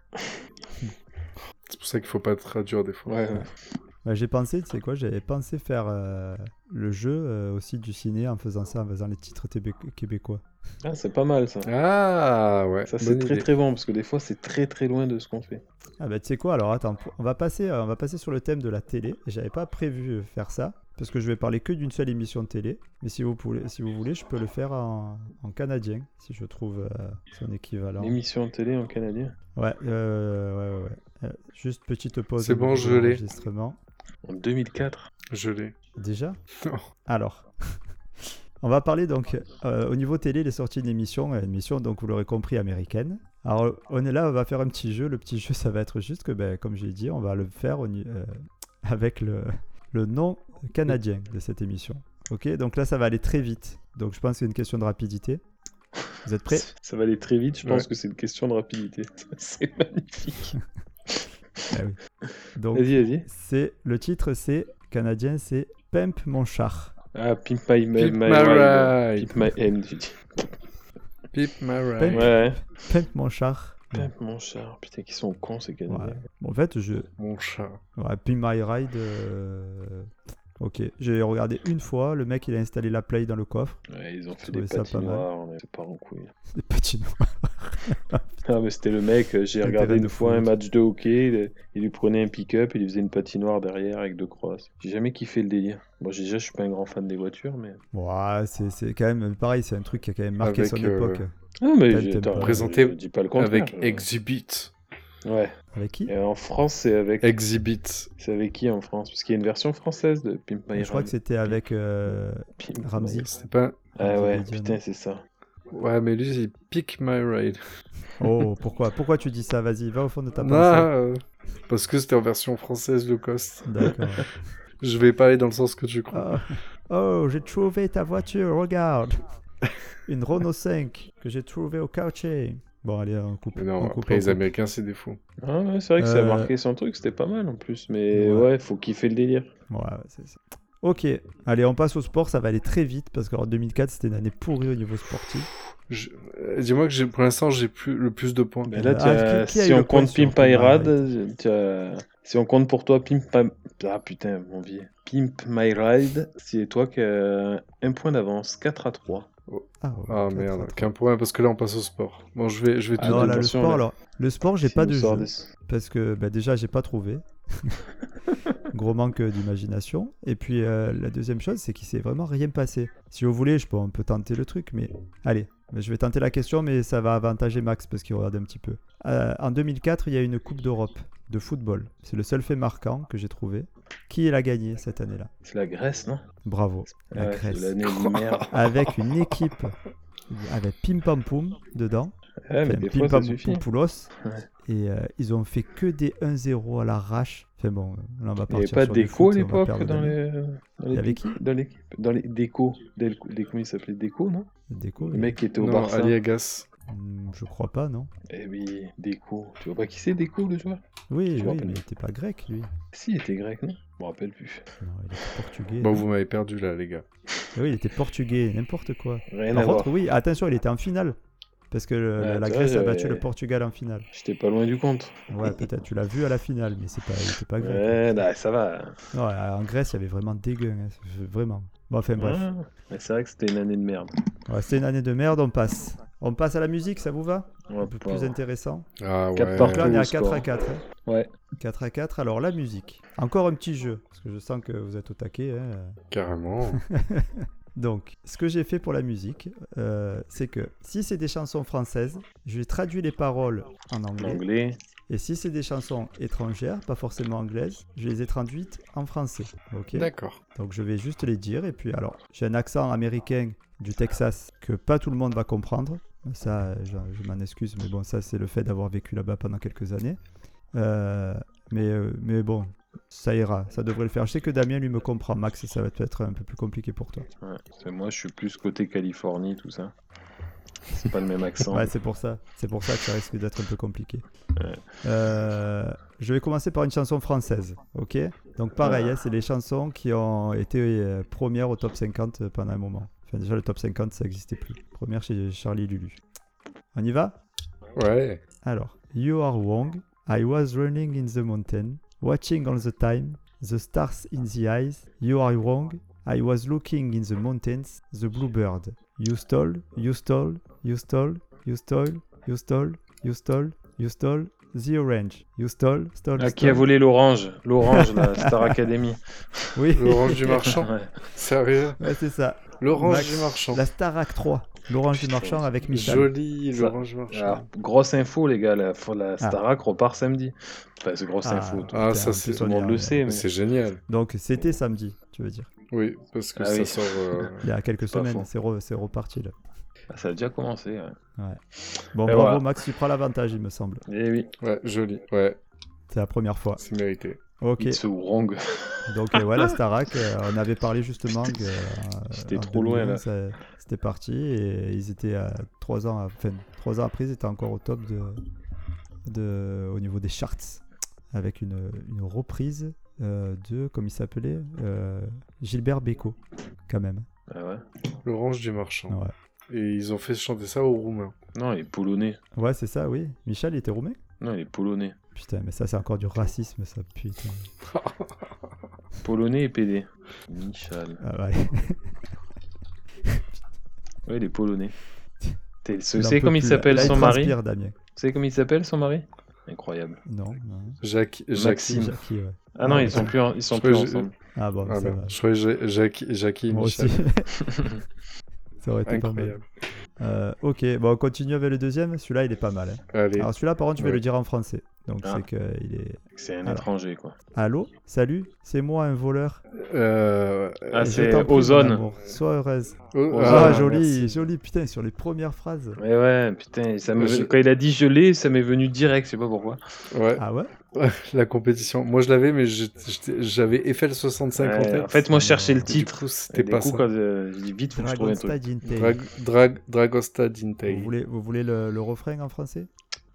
Speaker 4: C'est pour ça qu'il faut pas traduire des fois.
Speaker 3: Ouais, ouais.
Speaker 2: Bah, j'ai pensé, tu sais quoi, j'avais pensé faire euh, le jeu euh, aussi du ciné en faisant ça, en faisant les titres tébé- québécois.
Speaker 3: Ah, c'est pas mal ça.
Speaker 4: Ah ouais.
Speaker 3: Ça, c'est
Speaker 4: bonne
Speaker 3: très
Speaker 4: idée.
Speaker 3: très bon, parce que des fois, c'est très très loin de ce qu'on fait.
Speaker 2: Ah bah tu sais quoi, alors attends, pour- on va, passer, euh, on va passer sur le thème de la télé. J'avais pas prévu euh, faire ça, parce que je vais parler que d'une seule émission de télé. Mais si vous, pouvez, si vous voulez, je peux le faire en, en canadien, si je trouve euh, son équivalent.
Speaker 3: L'émission télé en canadien.
Speaker 2: Ouais, euh, ouais, ouais, ouais. Euh, juste petite pause.
Speaker 4: C'est
Speaker 2: au
Speaker 4: bon,
Speaker 2: niveau de
Speaker 4: je l'ai.
Speaker 2: l'enregistrement.
Speaker 3: En 2004.
Speaker 4: Je l'ai.
Speaker 2: Déjà
Speaker 4: Non.
Speaker 2: Alors, on va parler donc euh, au niveau télé, les sorties de l'émission, euh, émission donc vous l'aurez compris américaine. Alors on est là, on va faire un petit jeu. Le petit jeu, ça va être juste que, ben, comme j'ai dit, on va le faire au ni- euh, avec le, le nom canadien de cette émission. Ok, donc là ça va aller très vite. Donc je pense que c'est une question de rapidité. Vous êtes prêts
Speaker 3: Ça va aller très vite, je pense
Speaker 4: Ouais.
Speaker 3: que c'est une question de rapidité. c'est magnifique.
Speaker 2: Donc
Speaker 3: Vas-y, vas-y.
Speaker 2: c'est le titre, c'est canadien, c'est Pimp mon char.
Speaker 3: Ah, Pimp My, my,
Speaker 4: Pimp
Speaker 3: my
Speaker 4: my
Speaker 3: Ride.
Speaker 4: ride.
Speaker 3: Pimp My End, tu dis.
Speaker 4: Pip my
Speaker 2: Pimp.
Speaker 3: Ouais,
Speaker 4: ride.
Speaker 3: ouais.
Speaker 2: Pimp mon char.
Speaker 3: Pimp mon char. Putain, qu'ils sont cons, ces
Speaker 2: Ouais.
Speaker 3: Canadiens.
Speaker 2: Bon, en fait, je,
Speaker 4: Mon chat.
Speaker 2: Ouais, puis My Ride. euh, Ok, j'ai regardé une fois. Le mec, il a installé la Play dans le coffre.
Speaker 3: Ouais. ils ont fait
Speaker 2: trouvais
Speaker 3: des
Speaker 2: ça pas
Speaker 3: patinoires, mais c'est pas en couille.
Speaker 2: Des petits noms.
Speaker 3: Ah, mais c'était le mec, euh, j'ai
Speaker 2: Un
Speaker 3: regardé
Speaker 2: terrain de
Speaker 3: une fois un
Speaker 2: foot.
Speaker 3: match de hockey, il, euh, il lui prenait un pick-up, il lui faisait une patinoire derrière avec deux croisses. J'ai jamais kiffé le délire. Bon, j'ai- déjà, je suis pas un grand fan des voitures, mais.
Speaker 2: Ouais, c'est, c'est quand même pareil, c'est un truc qui a quand même marqué
Speaker 4: Avec,
Speaker 2: son
Speaker 4: euh,
Speaker 2: époque.
Speaker 3: Ah, mais
Speaker 2: T'aimes-
Speaker 3: j'ai
Speaker 2: t'aimes
Speaker 3: attends,
Speaker 2: pas.
Speaker 3: je-
Speaker 4: Présenté
Speaker 3: je dis pas le contraire.
Speaker 4: Avec
Speaker 3: je-
Speaker 4: Exhibit.
Speaker 3: Ouais.
Speaker 2: Avec qui
Speaker 3: Et en France, c'est avec.
Speaker 4: Exhibit.
Speaker 3: C'est avec qui en France Parce qu'il y a une version française de Pimp My Ride.
Speaker 2: Je crois que c'était avec. euh,
Speaker 3: Pimp My
Speaker 2: Ramsey.
Speaker 3: Ride.
Speaker 4: C'était pas.
Speaker 3: Ah
Speaker 2: Ramsey
Speaker 3: ouais,
Speaker 2: Boldian.
Speaker 3: putain, c'est ça.
Speaker 4: Ouais, mais lui, il pick my ride.
Speaker 2: Oh, pourquoi Pourquoi tu dis ça Vas-y, va au fond de ta pensée.
Speaker 4: Ah, euh, parce que c'était en version française low cost.
Speaker 2: D'accord.
Speaker 4: Je vais pas aller dans le sens que tu
Speaker 3: Ah.
Speaker 4: crois.
Speaker 2: Oh, oh, j'ai trouvé ta voiture, regarde. Une Renault 5 que j'ai trouvée au quartier. Bon, allez, on coupe.
Speaker 4: Mais non,
Speaker 2: on coupe,
Speaker 4: après,
Speaker 2: on
Speaker 4: les
Speaker 2: coupe.
Speaker 4: Américains, c'est des fous.
Speaker 3: Ah ouais, c'est vrai que ça a
Speaker 2: Euh,
Speaker 3: marqué son truc, c'était pas mal en plus, mais
Speaker 2: ouais.
Speaker 3: ouais, faut kiffer le délire.
Speaker 2: Ouais, ouais, c'est ça. Ok, allez, on passe au sport, ça va aller très vite parce qu'en 2004, c'était une année pourrie au niveau sportif.
Speaker 4: Je- euh, Dis-moi que j'ai- pour l'instant, j'ai plus le plus de points.
Speaker 3: Mais là,
Speaker 2: Ah,
Speaker 3: tu as-
Speaker 2: qui- qui a
Speaker 3: si
Speaker 2: eu
Speaker 3: on
Speaker 2: le point
Speaker 3: compte
Speaker 2: sur
Speaker 3: Pimp
Speaker 2: Pimp My
Speaker 3: My
Speaker 2: Ride
Speaker 3: Ride, tu as- si on compte pour toi Pimp My... Ah putain, mon vieux. Pimp My Ride, c'est toi qui as un point d'avance, 4 à 3.
Speaker 2: Ah, ouais,
Speaker 4: Ah
Speaker 2: quatre,
Speaker 4: merde,
Speaker 2: quatre.
Speaker 4: qu'un point, parce que là, on passe au sport. Bon, je vais, je vais
Speaker 3: Ah
Speaker 4: tout
Speaker 2: Alors
Speaker 4: donner.
Speaker 2: là, le
Speaker 3: attention,
Speaker 2: sport,
Speaker 3: là.
Speaker 2: alors, le sport, j'ai
Speaker 3: Si
Speaker 2: pas
Speaker 3: nous
Speaker 2: de
Speaker 3: sort
Speaker 2: jeu
Speaker 3: des-
Speaker 2: parce que bah, déjà, j'ai pas trouvé. Gros manque d'imagination. Et puis euh, la deuxième chose, c'est qu'il s'est vraiment rien passé. Si vous voulez, je peux, on peut tenter le truc, mais allez, je vais tenter la question, mais ça va avantager Max parce qu'il regarde un petit peu. Euh, en 2004, il y a une Coupe d'Europe de football. C'est le seul fait marquant que j'ai trouvé. Qui l'a gagné cette année-là
Speaker 3: C'est la Grèce, non
Speaker 2: Bravo, la
Speaker 3: Ouais, c'est
Speaker 2: Grèce.
Speaker 3: L'année de merde.
Speaker 2: Avec une équipe avec Pim Pam Poum dedans.
Speaker 3: Ouais, Ah, mais
Speaker 2: Enfin,
Speaker 3: des
Speaker 2: Pim
Speaker 3: fois, ça
Speaker 2: Pam
Speaker 3: suffit.
Speaker 2: Pompoulos.
Speaker 3: Ouais.
Speaker 2: Et euh, ils ont fait que des 1-0 à l'arrache. Enfin bon, là on va
Speaker 3: Il
Speaker 2: partir
Speaker 3: n'y avait pas
Speaker 2: sur du
Speaker 3: d'écho à
Speaker 2: foot et on va
Speaker 3: l'époque
Speaker 2: perdre
Speaker 3: dans
Speaker 2: des-
Speaker 3: les. Dans
Speaker 2: Il y
Speaker 3: les
Speaker 2: avait qui
Speaker 3: dans l'équipe Dans les Déco. Delco- Déco, il s'appelait Déco, non
Speaker 2: Déco
Speaker 3: Le mec qui était au
Speaker 4: non,
Speaker 3: Barça.
Speaker 4: Aliagas.
Speaker 2: Hmm, Je crois pas, non
Speaker 3: Eh oui, Déco. Tu vois pas qui c'est Déco, le joueur
Speaker 2: Oui,
Speaker 3: Je me
Speaker 2: oui,
Speaker 3: rappelle
Speaker 2: mais il
Speaker 3: pas.
Speaker 2: était pas grec lui.
Speaker 3: Si, il était grec, non Je me rappelle plus.
Speaker 2: Non, il était portugais.
Speaker 3: Bah,
Speaker 4: Bon, vous m'avez perdu là, les gars.
Speaker 2: Ah Oui, il était portugais, n'importe quoi.
Speaker 3: Rien
Speaker 2: Par
Speaker 3: à
Speaker 2: contre,
Speaker 3: voir.
Speaker 2: oui, attention, il était en finale. Parce que le-
Speaker 3: Ouais,
Speaker 2: la- la
Speaker 3: Bah, tu vois,
Speaker 2: Grèce a
Speaker 3: j'avais-
Speaker 2: battu le Portugal en finale.
Speaker 3: J'étais pas loin du compte.
Speaker 2: Ouais, peut-être tu l'as vu à la finale, mais c'est pas, il était pas grec.
Speaker 3: Ouais, là, ça va.
Speaker 2: Non, en Grèce, il y avait vraiment des gueux, hein, c'est- vraiment. Bon, enfin bref.
Speaker 3: Ah, mais c'est vrai que c'était une année de merde.
Speaker 2: Ouais, c'est une année de merde, on passe. On passe à la musique, ça vous va
Speaker 3: Ouais,
Speaker 2: Un peu
Speaker 3: pas-
Speaker 2: plus intéressant.
Speaker 4: Ah
Speaker 3: Quatre
Speaker 4: ouais.
Speaker 3: par
Speaker 2: Donc là, on est à
Speaker 3: Au score.
Speaker 2: 4 à 4. hein.
Speaker 3: Ouais.
Speaker 2: 4 à 4, alors la musique. Encore un petit jeu, parce que je sens que vous êtes au taquet. hein.
Speaker 4: Carrément.
Speaker 2: Donc, ce que j'ai fait pour la musique, euh, c'est que si c'est des chansons françaises, je traduis les paroles en
Speaker 3: En
Speaker 2: anglais.
Speaker 3: anglais.
Speaker 2: Et si c'est des chansons étrangères, pas forcément anglaises, je les ai traduites en français. Ok
Speaker 4: D'accord.
Speaker 2: Donc je vais juste les dire et puis alors j'ai un accent américain du Texas que pas tout le monde va comprendre. Ça, euh, je, je m'en excuse, mais bon, ça c'est le fait d'avoir vécu là-bas pendant quelques années. Euh, mais, euh, mais bon, ça ira, ça devrait le faire. Je sais que Damien lui me comprend, Max, ça va peut-être un peu plus compliqué pour toi.
Speaker 3: Ouais. C'est moi, je suis plus côté Californie, tout ça. C'est pas le même accent.
Speaker 2: Ouais, Bah, c'est pour ça, c'est pour ça que ça risque d'être un peu compliqué.
Speaker 3: Ouais.
Speaker 2: Euh, je vais commencer par une chanson française, ok Donc pareil,
Speaker 3: Ouais.
Speaker 2: hein, c'est les chansons qui ont été euh, premières au top 50 pendant un moment. Enfin déjà le top 50 ça n'existait plus. Première chez Charlie et Lulu. On y va
Speaker 4: Ouais.
Speaker 2: Alors, You Are Wrong, I Was Running in the Mountain, Watching All the Time, The Stars in the Eyes, You Are Wrong, I Was Looking in the Mountains, The Bluebird. You stole, you stole, you stole, you stole, you stole, you stole, you stole, The Orange. You stole, stole,
Speaker 3: Ah,
Speaker 2: stole.
Speaker 3: qui a volé l'orange L'orange, la Star Academy.
Speaker 2: Oui,
Speaker 4: L'orange du marchand.
Speaker 3: Ouais.
Speaker 4: Sérieux
Speaker 2: ouais, c'est ça.
Speaker 4: L'orange
Speaker 2: Max,
Speaker 4: du marchand.
Speaker 2: La Star Act 3, l'orange du
Speaker 3: Putain,
Speaker 2: marchand avec Michel. Ah,
Speaker 4: Joli,
Speaker 3: Ça-
Speaker 4: l'orange du
Speaker 3: Alors,
Speaker 4: marchand.
Speaker 3: Ah, grosse info, les gars, la, la Starac repart samedi. Enfin, c'est grosse
Speaker 2: Ah,
Speaker 3: info.
Speaker 4: Ah, ça,
Speaker 2: en
Speaker 4: c'est-
Speaker 2: plus,
Speaker 3: Tout le
Speaker 2: est
Speaker 3: monde le
Speaker 2: en-
Speaker 3: sait, mais
Speaker 4: C'est génial.
Speaker 2: Donc c'était samedi, tu veux dire.
Speaker 4: Oui, parce que
Speaker 3: Ah
Speaker 4: ça
Speaker 3: oui.
Speaker 4: sort. euh,
Speaker 2: Il y a quelques
Speaker 3: Pas
Speaker 2: semaines,
Speaker 3: faux.
Speaker 2: c'est re- c'est reparti là.
Speaker 3: Ah, ça a déjà commencé. Ouais.
Speaker 2: Bon,
Speaker 3: Et
Speaker 2: bravo
Speaker 3: voilà.
Speaker 2: Max, tu prends l'avantage, il me semble.
Speaker 3: Eh oui,
Speaker 4: Ouais, joli. Ouais,
Speaker 2: C'est la première fois.
Speaker 4: c'est mérité.
Speaker 2: Ok,
Speaker 3: it's a wrong.
Speaker 2: donc euh, ouais, la Starac, euh, on avait parlé justement que. euh,
Speaker 3: C'était
Speaker 2: en
Speaker 3: trop loin, là.
Speaker 2: 2011, euh, C'était parti et ils étaient à 3 ans, à- enfin, trois ans après, ils étaient encore au top de, de, au niveau des charts avec une, une reprise euh, de, comme il s'appelait, euh, Gilbert Bécaud, quand même.
Speaker 3: Ah ouais.
Speaker 4: L'orange du marchand.
Speaker 2: Ouais,
Speaker 4: Et ils ont fait chanter ça aux Roumains.
Speaker 3: Non, il est polonais.
Speaker 2: ouais c'est ça, oui. Michel, il était roumain
Speaker 3: Non, il est polonais.
Speaker 2: Putain, mais ça, c'est encore du racisme, ça, putain.
Speaker 3: Polonais et PD. Michel.
Speaker 2: Ah ouais.
Speaker 3: Ouais, il est polonais. T'es-
Speaker 2: Il
Speaker 3: C'est
Speaker 2: en
Speaker 3: c'est
Speaker 2: peut
Speaker 3: comme il
Speaker 2: plus, là.
Speaker 3: s'appelle
Speaker 2: Là, il
Speaker 3: son mari.
Speaker 2: transpire, Damien.
Speaker 3: C'est comme il s'appelle son mari Incroyable.
Speaker 2: Non, non.
Speaker 4: Jacques,
Speaker 3: Maxime.
Speaker 4: Jackie.
Speaker 3: Tim.
Speaker 2: Jackie, ouais.
Speaker 3: Ah non,
Speaker 2: Ouais,
Speaker 3: ils sont plus, en- ils sont
Speaker 4: Je
Speaker 3: plus
Speaker 4: crois que j'ai-
Speaker 3: ensemble.
Speaker 2: Ah bon,
Speaker 3: ben,
Speaker 4: Ah
Speaker 2: ça
Speaker 4: merde,
Speaker 2: va.
Speaker 4: je croyais Ja- Jackie, Jackie et
Speaker 2: Moi
Speaker 4: Michel.
Speaker 2: aussi. ça aurait été
Speaker 4: Incroyable.
Speaker 2: pas mal. Euh, ok, bon, on continue avec le deuxième. Celui-là, il est pas mal. hein.
Speaker 4: Allez,
Speaker 2: Alors celui-là, par contre, je vais
Speaker 4: Ouais.
Speaker 2: le dire en français. Donc
Speaker 3: Ah.
Speaker 2: c'est que il est.
Speaker 3: C'est un
Speaker 2: Alors.
Speaker 3: étranger, quoi.
Speaker 2: Allô, salut, c'est moi un voleur.
Speaker 4: euh,
Speaker 3: Ah,
Speaker 2: Je
Speaker 3: c'est
Speaker 2: t'en prie, mon
Speaker 3: Ozone.
Speaker 2: amour, Sois heureuse.
Speaker 4: oh,
Speaker 2: Ah,
Speaker 3: Ah,
Speaker 2: joli,
Speaker 4: merci.
Speaker 2: joli, putain, sur les premières phrases.
Speaker 3: Ouais, ouais, putain, ça
Speaker 2: Euh,
Speaker 3: me...
Speaker 4: Je-
Speaker 3: quand il a dit gelé, ça m'est venu direct, je sais pas pourquoi.
Speaker 4: Ouais,
Speaker 2: Ah ouais
Speaker 4: la compétition. Moi, je l'avais, mais j'étais- j'étais- j'avais FL65 en
Speaker 3: Ouais,
Speaker 4: tête.
Speaker 3: Euh, en fait, moi, je cherchais le
Speaker 4: Du
Speaker 3: titre.
Speaker 4: coup,
Speaker 3: Et
Speaker 4: c'était
Speaker 3: du
Speaker 4: pas
Speaker 3: coup,
Speaker 4: ça.
Speaker 3: quand euh, je dis vite, faut que je trouve
Speaker 2: Dragon
Speaker 3: un truc.
Speaker 2: Stad Intake.
Speaker 4: Drag, drag, Dragosta Dintei.
Speaker 2: Vous voulez, vous voulez le, le refrain en français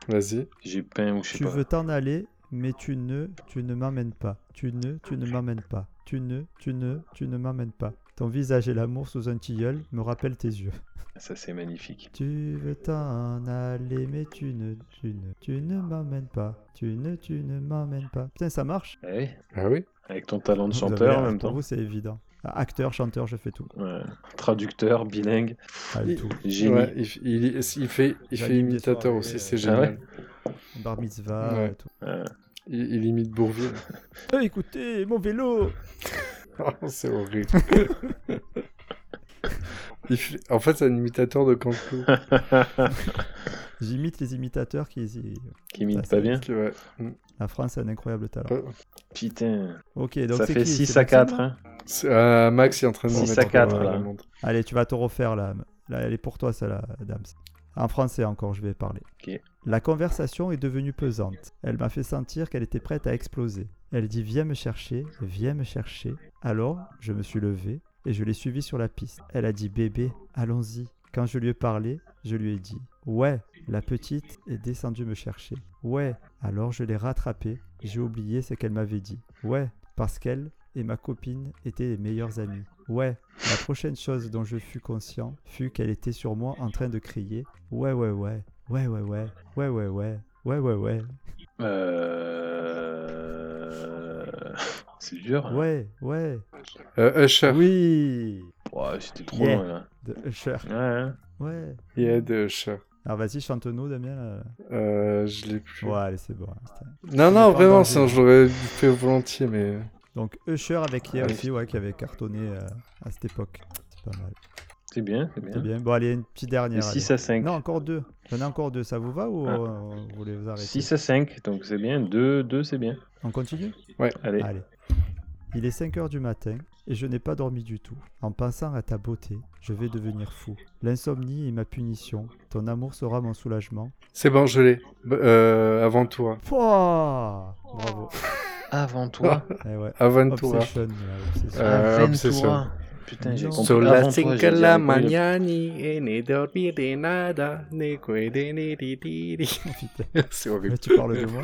Speaker 4: Vas-y.
Speaker 3: J'ai peint ou je sais
Speaker 2: Tu
Speaker 3: pas.
Speaker 2: veux t'en aller, mais tu ne, tu ne m'amènes pas. Tu ne, tu ne m'amènes pas. Tu ne, tu ne, tu ne m'amènes pas. Ton visage et l'amour sous un tilleul me rappellent tes yeux.
Speaker 3: Ça, c'est magnifique.
Speaker 2: Tu veux t'en aller, mais tu ne, tu ne, tu ne m'emmènes pas. Tu ne, tu ne m'emmènes pas. Putain, ça marche.
Speaker 3: Ah oui,
Speaker 4: Ah oui
Speaker 3: avec ton talent de
Speaker 2: Vous avez
Speaker 3: chanteur en
Speaker 2: l'air-
Speaker 3: même
Speaker 2: pour
Speaker 3: temps.
Speaker 2: vous, c'est évident. Ah, Acteur, chanteur, je fais tout.
Speaker 3: Ouais. Traducteur, bilingue,
Speaker 2: Ah,
Speaker 4: Il-
Speaker 2: tout.
Speaker 3: génie.
Speaker 4: Ouais, il, il- il fait, il
Speaker 2: Il
Speaker 4: fait
Speaker 2: anime des
Speaker 4: imitateur
Speaker 2: soirées,
Speaker 4: aussi,
Speaker 2: euh,
Speaker 4: c'est
Speaker 3: Ah ouais
Speaker 4: génial.
Speaker 2: Bar mitzvah,
Speaker 4: Ouais.
Speaker 2: tout.
Speaker 3: Ouais.
Speaker 4: Il, il imite Bourville.
Speaker 2: Eh, écoutez, mon vélo
Speaker 4: Oh, c'est horrible. Il fait- En fait, c'est un imitateur de Cantu.
Speaker 2: J'imite les imitateurs qui.
Speaker 3: Qui imite
Speaker 2: Ça,
Speaker 3: pas
Speaker 2: Ah, c'est-
Speaker 3: bien.
Speaker 4: Ouais. Mm.
Speaker 2: La France a un incroyable talent.
Speaker 4: Ouais.
Speaker 3: Putain,
Speaker 2: Ok, donc
Speaker 3: ça
Speaker 2: c'est
Speaker 3: fait
Speaker 2: qui
Speaker 3: 6
Speaker 2: C'est
Speaker 3: à
Speaker 2: Maxime,
Speaker 3: 4.
Speaker 2: là
Speaker 3: Hein.
Speaker 4: C'est- euh, Max est en train de me
Speaker 3: Six
Speaker 4: mettre
Speaker 3: à
Speaker 4: en
Speaker 3: quatre,
Speaker 4: colère,
Speaker 3: là.
Speaker 4: la montre.
Speaker 2: Allez, tu vas te refaire là. Là, elle est pour toi, celle-là, Dams. En français encore, je vais parler.
Speaker 3: Ok.
Speaker 2: La conversation est devenue pesante. Elle m'a fait sentir qu'elle était prête à exploser. Elle dit Viens me chercher, viens me chercher. Alors, je me suis levé et je l'ai suivie sur la piste. Elle a dit Bébé, allons-y. Quand je lui ai parlé, je lui ai dit Ouais, la petite est descendue me chercher. Ouais, alors je l'ai rattrapée. J'ai oublié ce qu'elle m'avait dit. Ouais, parce qu'elle et ma copine étaient les meilleures amies. Ouais, la prochaine chose dont je fus conscient fut qu'elle était sur moi en train de crier Ouais, ouais, ouais, ouais, ouais, ouais, ouais, ouais, ouais, ouais, ouais, ouais,
Speaker 3: Euh... C'est dur. hein.
Speaker 2: ouais, ouais,
Speaker 4: Euh, Usher.
Speaker 2: oui
Speaker 3: Ouah, C'était trop
Speaker 2: Yeah.
Speaker 3: loin là.
Speaker 2: De Usher,
Speaker 3: Ouais, hein.
Speaker 2: ouais.
Speaker 4: Il y a de Usher.
Speaker 2: Alors vas-y, chante-nous, Damien. là.
Speaker 4: Euh, je l'ai plus.
Speaker 2: Ouais, allez, c'est bon. hein, putain.
Speaker 4: Non,
Speaker 2: Il
Speaker 4: non,
Speaker 2: est pas dans
Speaker 4: vraiment,
Speaker 2: le
Speaker 4: sinon je l'aurais fait volontiers, mais. euh,
Speaker 2: Donc Usher avec Ye
Speaker 3: Allez.
Speaker 2: aussi, ouais, qui avait cartonné euh, à cette époque. C'est pas mal.
Speaker 3: C'est bien, c'est
Speaker 2: C'est
Speaker 3: bien.
Speaker 2: bien. Bon, allez, une petite
Speaker 3: Et
Speaker 2: dernière. allez.
Speaker 3: 6 à 5.
Speaker 2: Non, encore deux. J'en ai encore deux. Ça vous va ou
Speaker 3: Ah.
Speaker 2: euh, vous voulez vous arrêter
Speaker 3: 6 à 5, donc c'est bien. 2, 2 c'est bien.
Speaker 2: On continue
Speaker 3: Allez.
Speaker 2: Allez. Il est 5 heures du matin et je n'ai pas dormi du tout. En pensant à ta beauté, je vais devenir fou. L'insomnie est ma punition. Ton amour sera mon soulagement.
Speaker 4: C'est bon, je l'ai. B- euh, avant toi.
Speaker 2: Pouah Bravo.
Speaker 3: Ah, Avant toi.
Speaker 2: Eh ouais.
Speaker 4: Avant toi.
Speaker 2: Obsession. là, obsession.
Speaker 4: Euh,
Speaker 3: Avant
Speaker 4: obsession.
Speaker 3: toi. Putain, j'ai
Speaker 2: Non.
Speaker 3: compris.
Speaker 2: Sur
Speaker 3: Avant toi, j'ai dit avec le-
Speaker 2: Oh, putain.
Speaker 4: C'est horrible.
Speaker 2: Mais tu parles de moi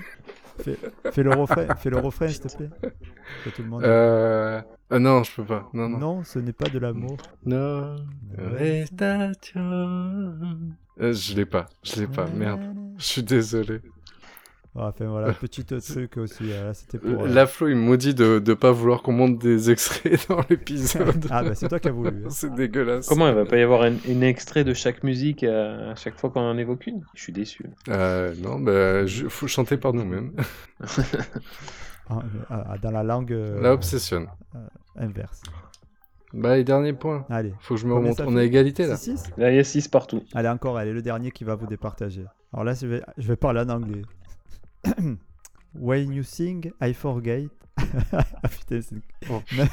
Speaker 2: fais, fais le refrain, fais le refrain, s'il te plaît. Que tout le monde.
Speaker 4: Euh... ah non, je peux pas. Non, non.
Speaker 2: Non, ce n'est pas de l'amour.
Speaker 4: Non. Restatation. Euh, je l'ai pas. Je l'ai pas. Merde. Je suis désolé.
Speaker 2: Ah, Enfin voilà, petit truc aussi. euh, là, C'était pour. euh,
Speaker 4: Laflo, il me maudit de ne pas vouloir qu'on monte des extraits dans l'épisode.
Speaker 2: Ah bah c'est toi qui as voulu. hein.
Speaker 4: C'est dégueulasse.
Speaker 3: Comment il va pas y avoir un, un extrait de chaque musique à, à chaque fois qu'on en évoque une Je suis déçu.
Speaker 4: euh, Non, bah, je... faut chanter par nous-mêmes.
Speaker 2: Ah, mais, ah, dans la langue euh,
Speaker 4: La obsession.
Speaker 2: inverse.
Speaker 4: Bah, les derniers points.
Speaker 2: Allez.
Speaker 4: Faut que je me
Speaker 2: Combien
Speaker 4: remonte.
Speaker 2: ça
Speaker 4: On a
Speaker 2: fait
Speaker 4: égalité là.
Speaker 2: Six, six
Speaker 3: Là, il y a 6 partout.
Speaker 2: Allez, encore, allez, le dernier qui va vous départager. Alors là, je vais, je vais parler en anglais. When you sing, I forget. Ah, putain, c'est-
Speaker 4: Oh,
Speaker 2: Même-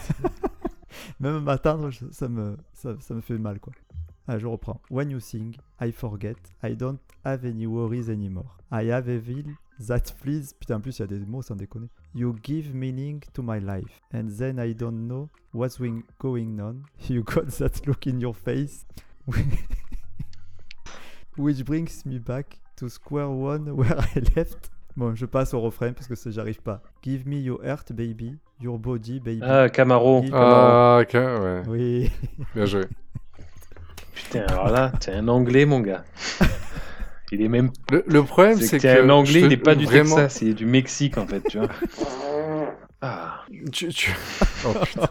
Speaker 2: Même m'attendre, je- ça me, ça, ça me fait mal, quoi. Ah, je reprends. When you sing, I forget. I don't have any worries anymore. I have a will that please. Putain, en plus, il y a des mots sans déconner. You give meaning to my life. And then I don't know what's wing- going on. You got that look in your face. Which brings me back to square one where I left. Bon, je passe au refrain parce que ça, j'arrive pas. Give me your heart, baby. Your body, baby.
Speaker 3: Ah, Camaro. Oh,
Speaker 2: Guy Camaro.
Speaker 4: Ah, ok, ouais.
Speaker 2: Oui.
Speaker 4: Bien joué.
Speaker 3: Putain, alors là, t'es un anglais, mon gars. Il est même.
Speaker 4: Le, le problème,
Speaker 3: C'est
Speaker 4: c'est
Speaker 3: que t'es
Speaker 4: que.
Speaker 3: un anglais,
Speaker 4: je-
Speaker 3: il est pas du
Speaker 4: vraiment,
Speaker 3: Texas, il est du Mexique, en fait, tu vois. Ah,
Speaker 4: Tu, tu- Oh, putain.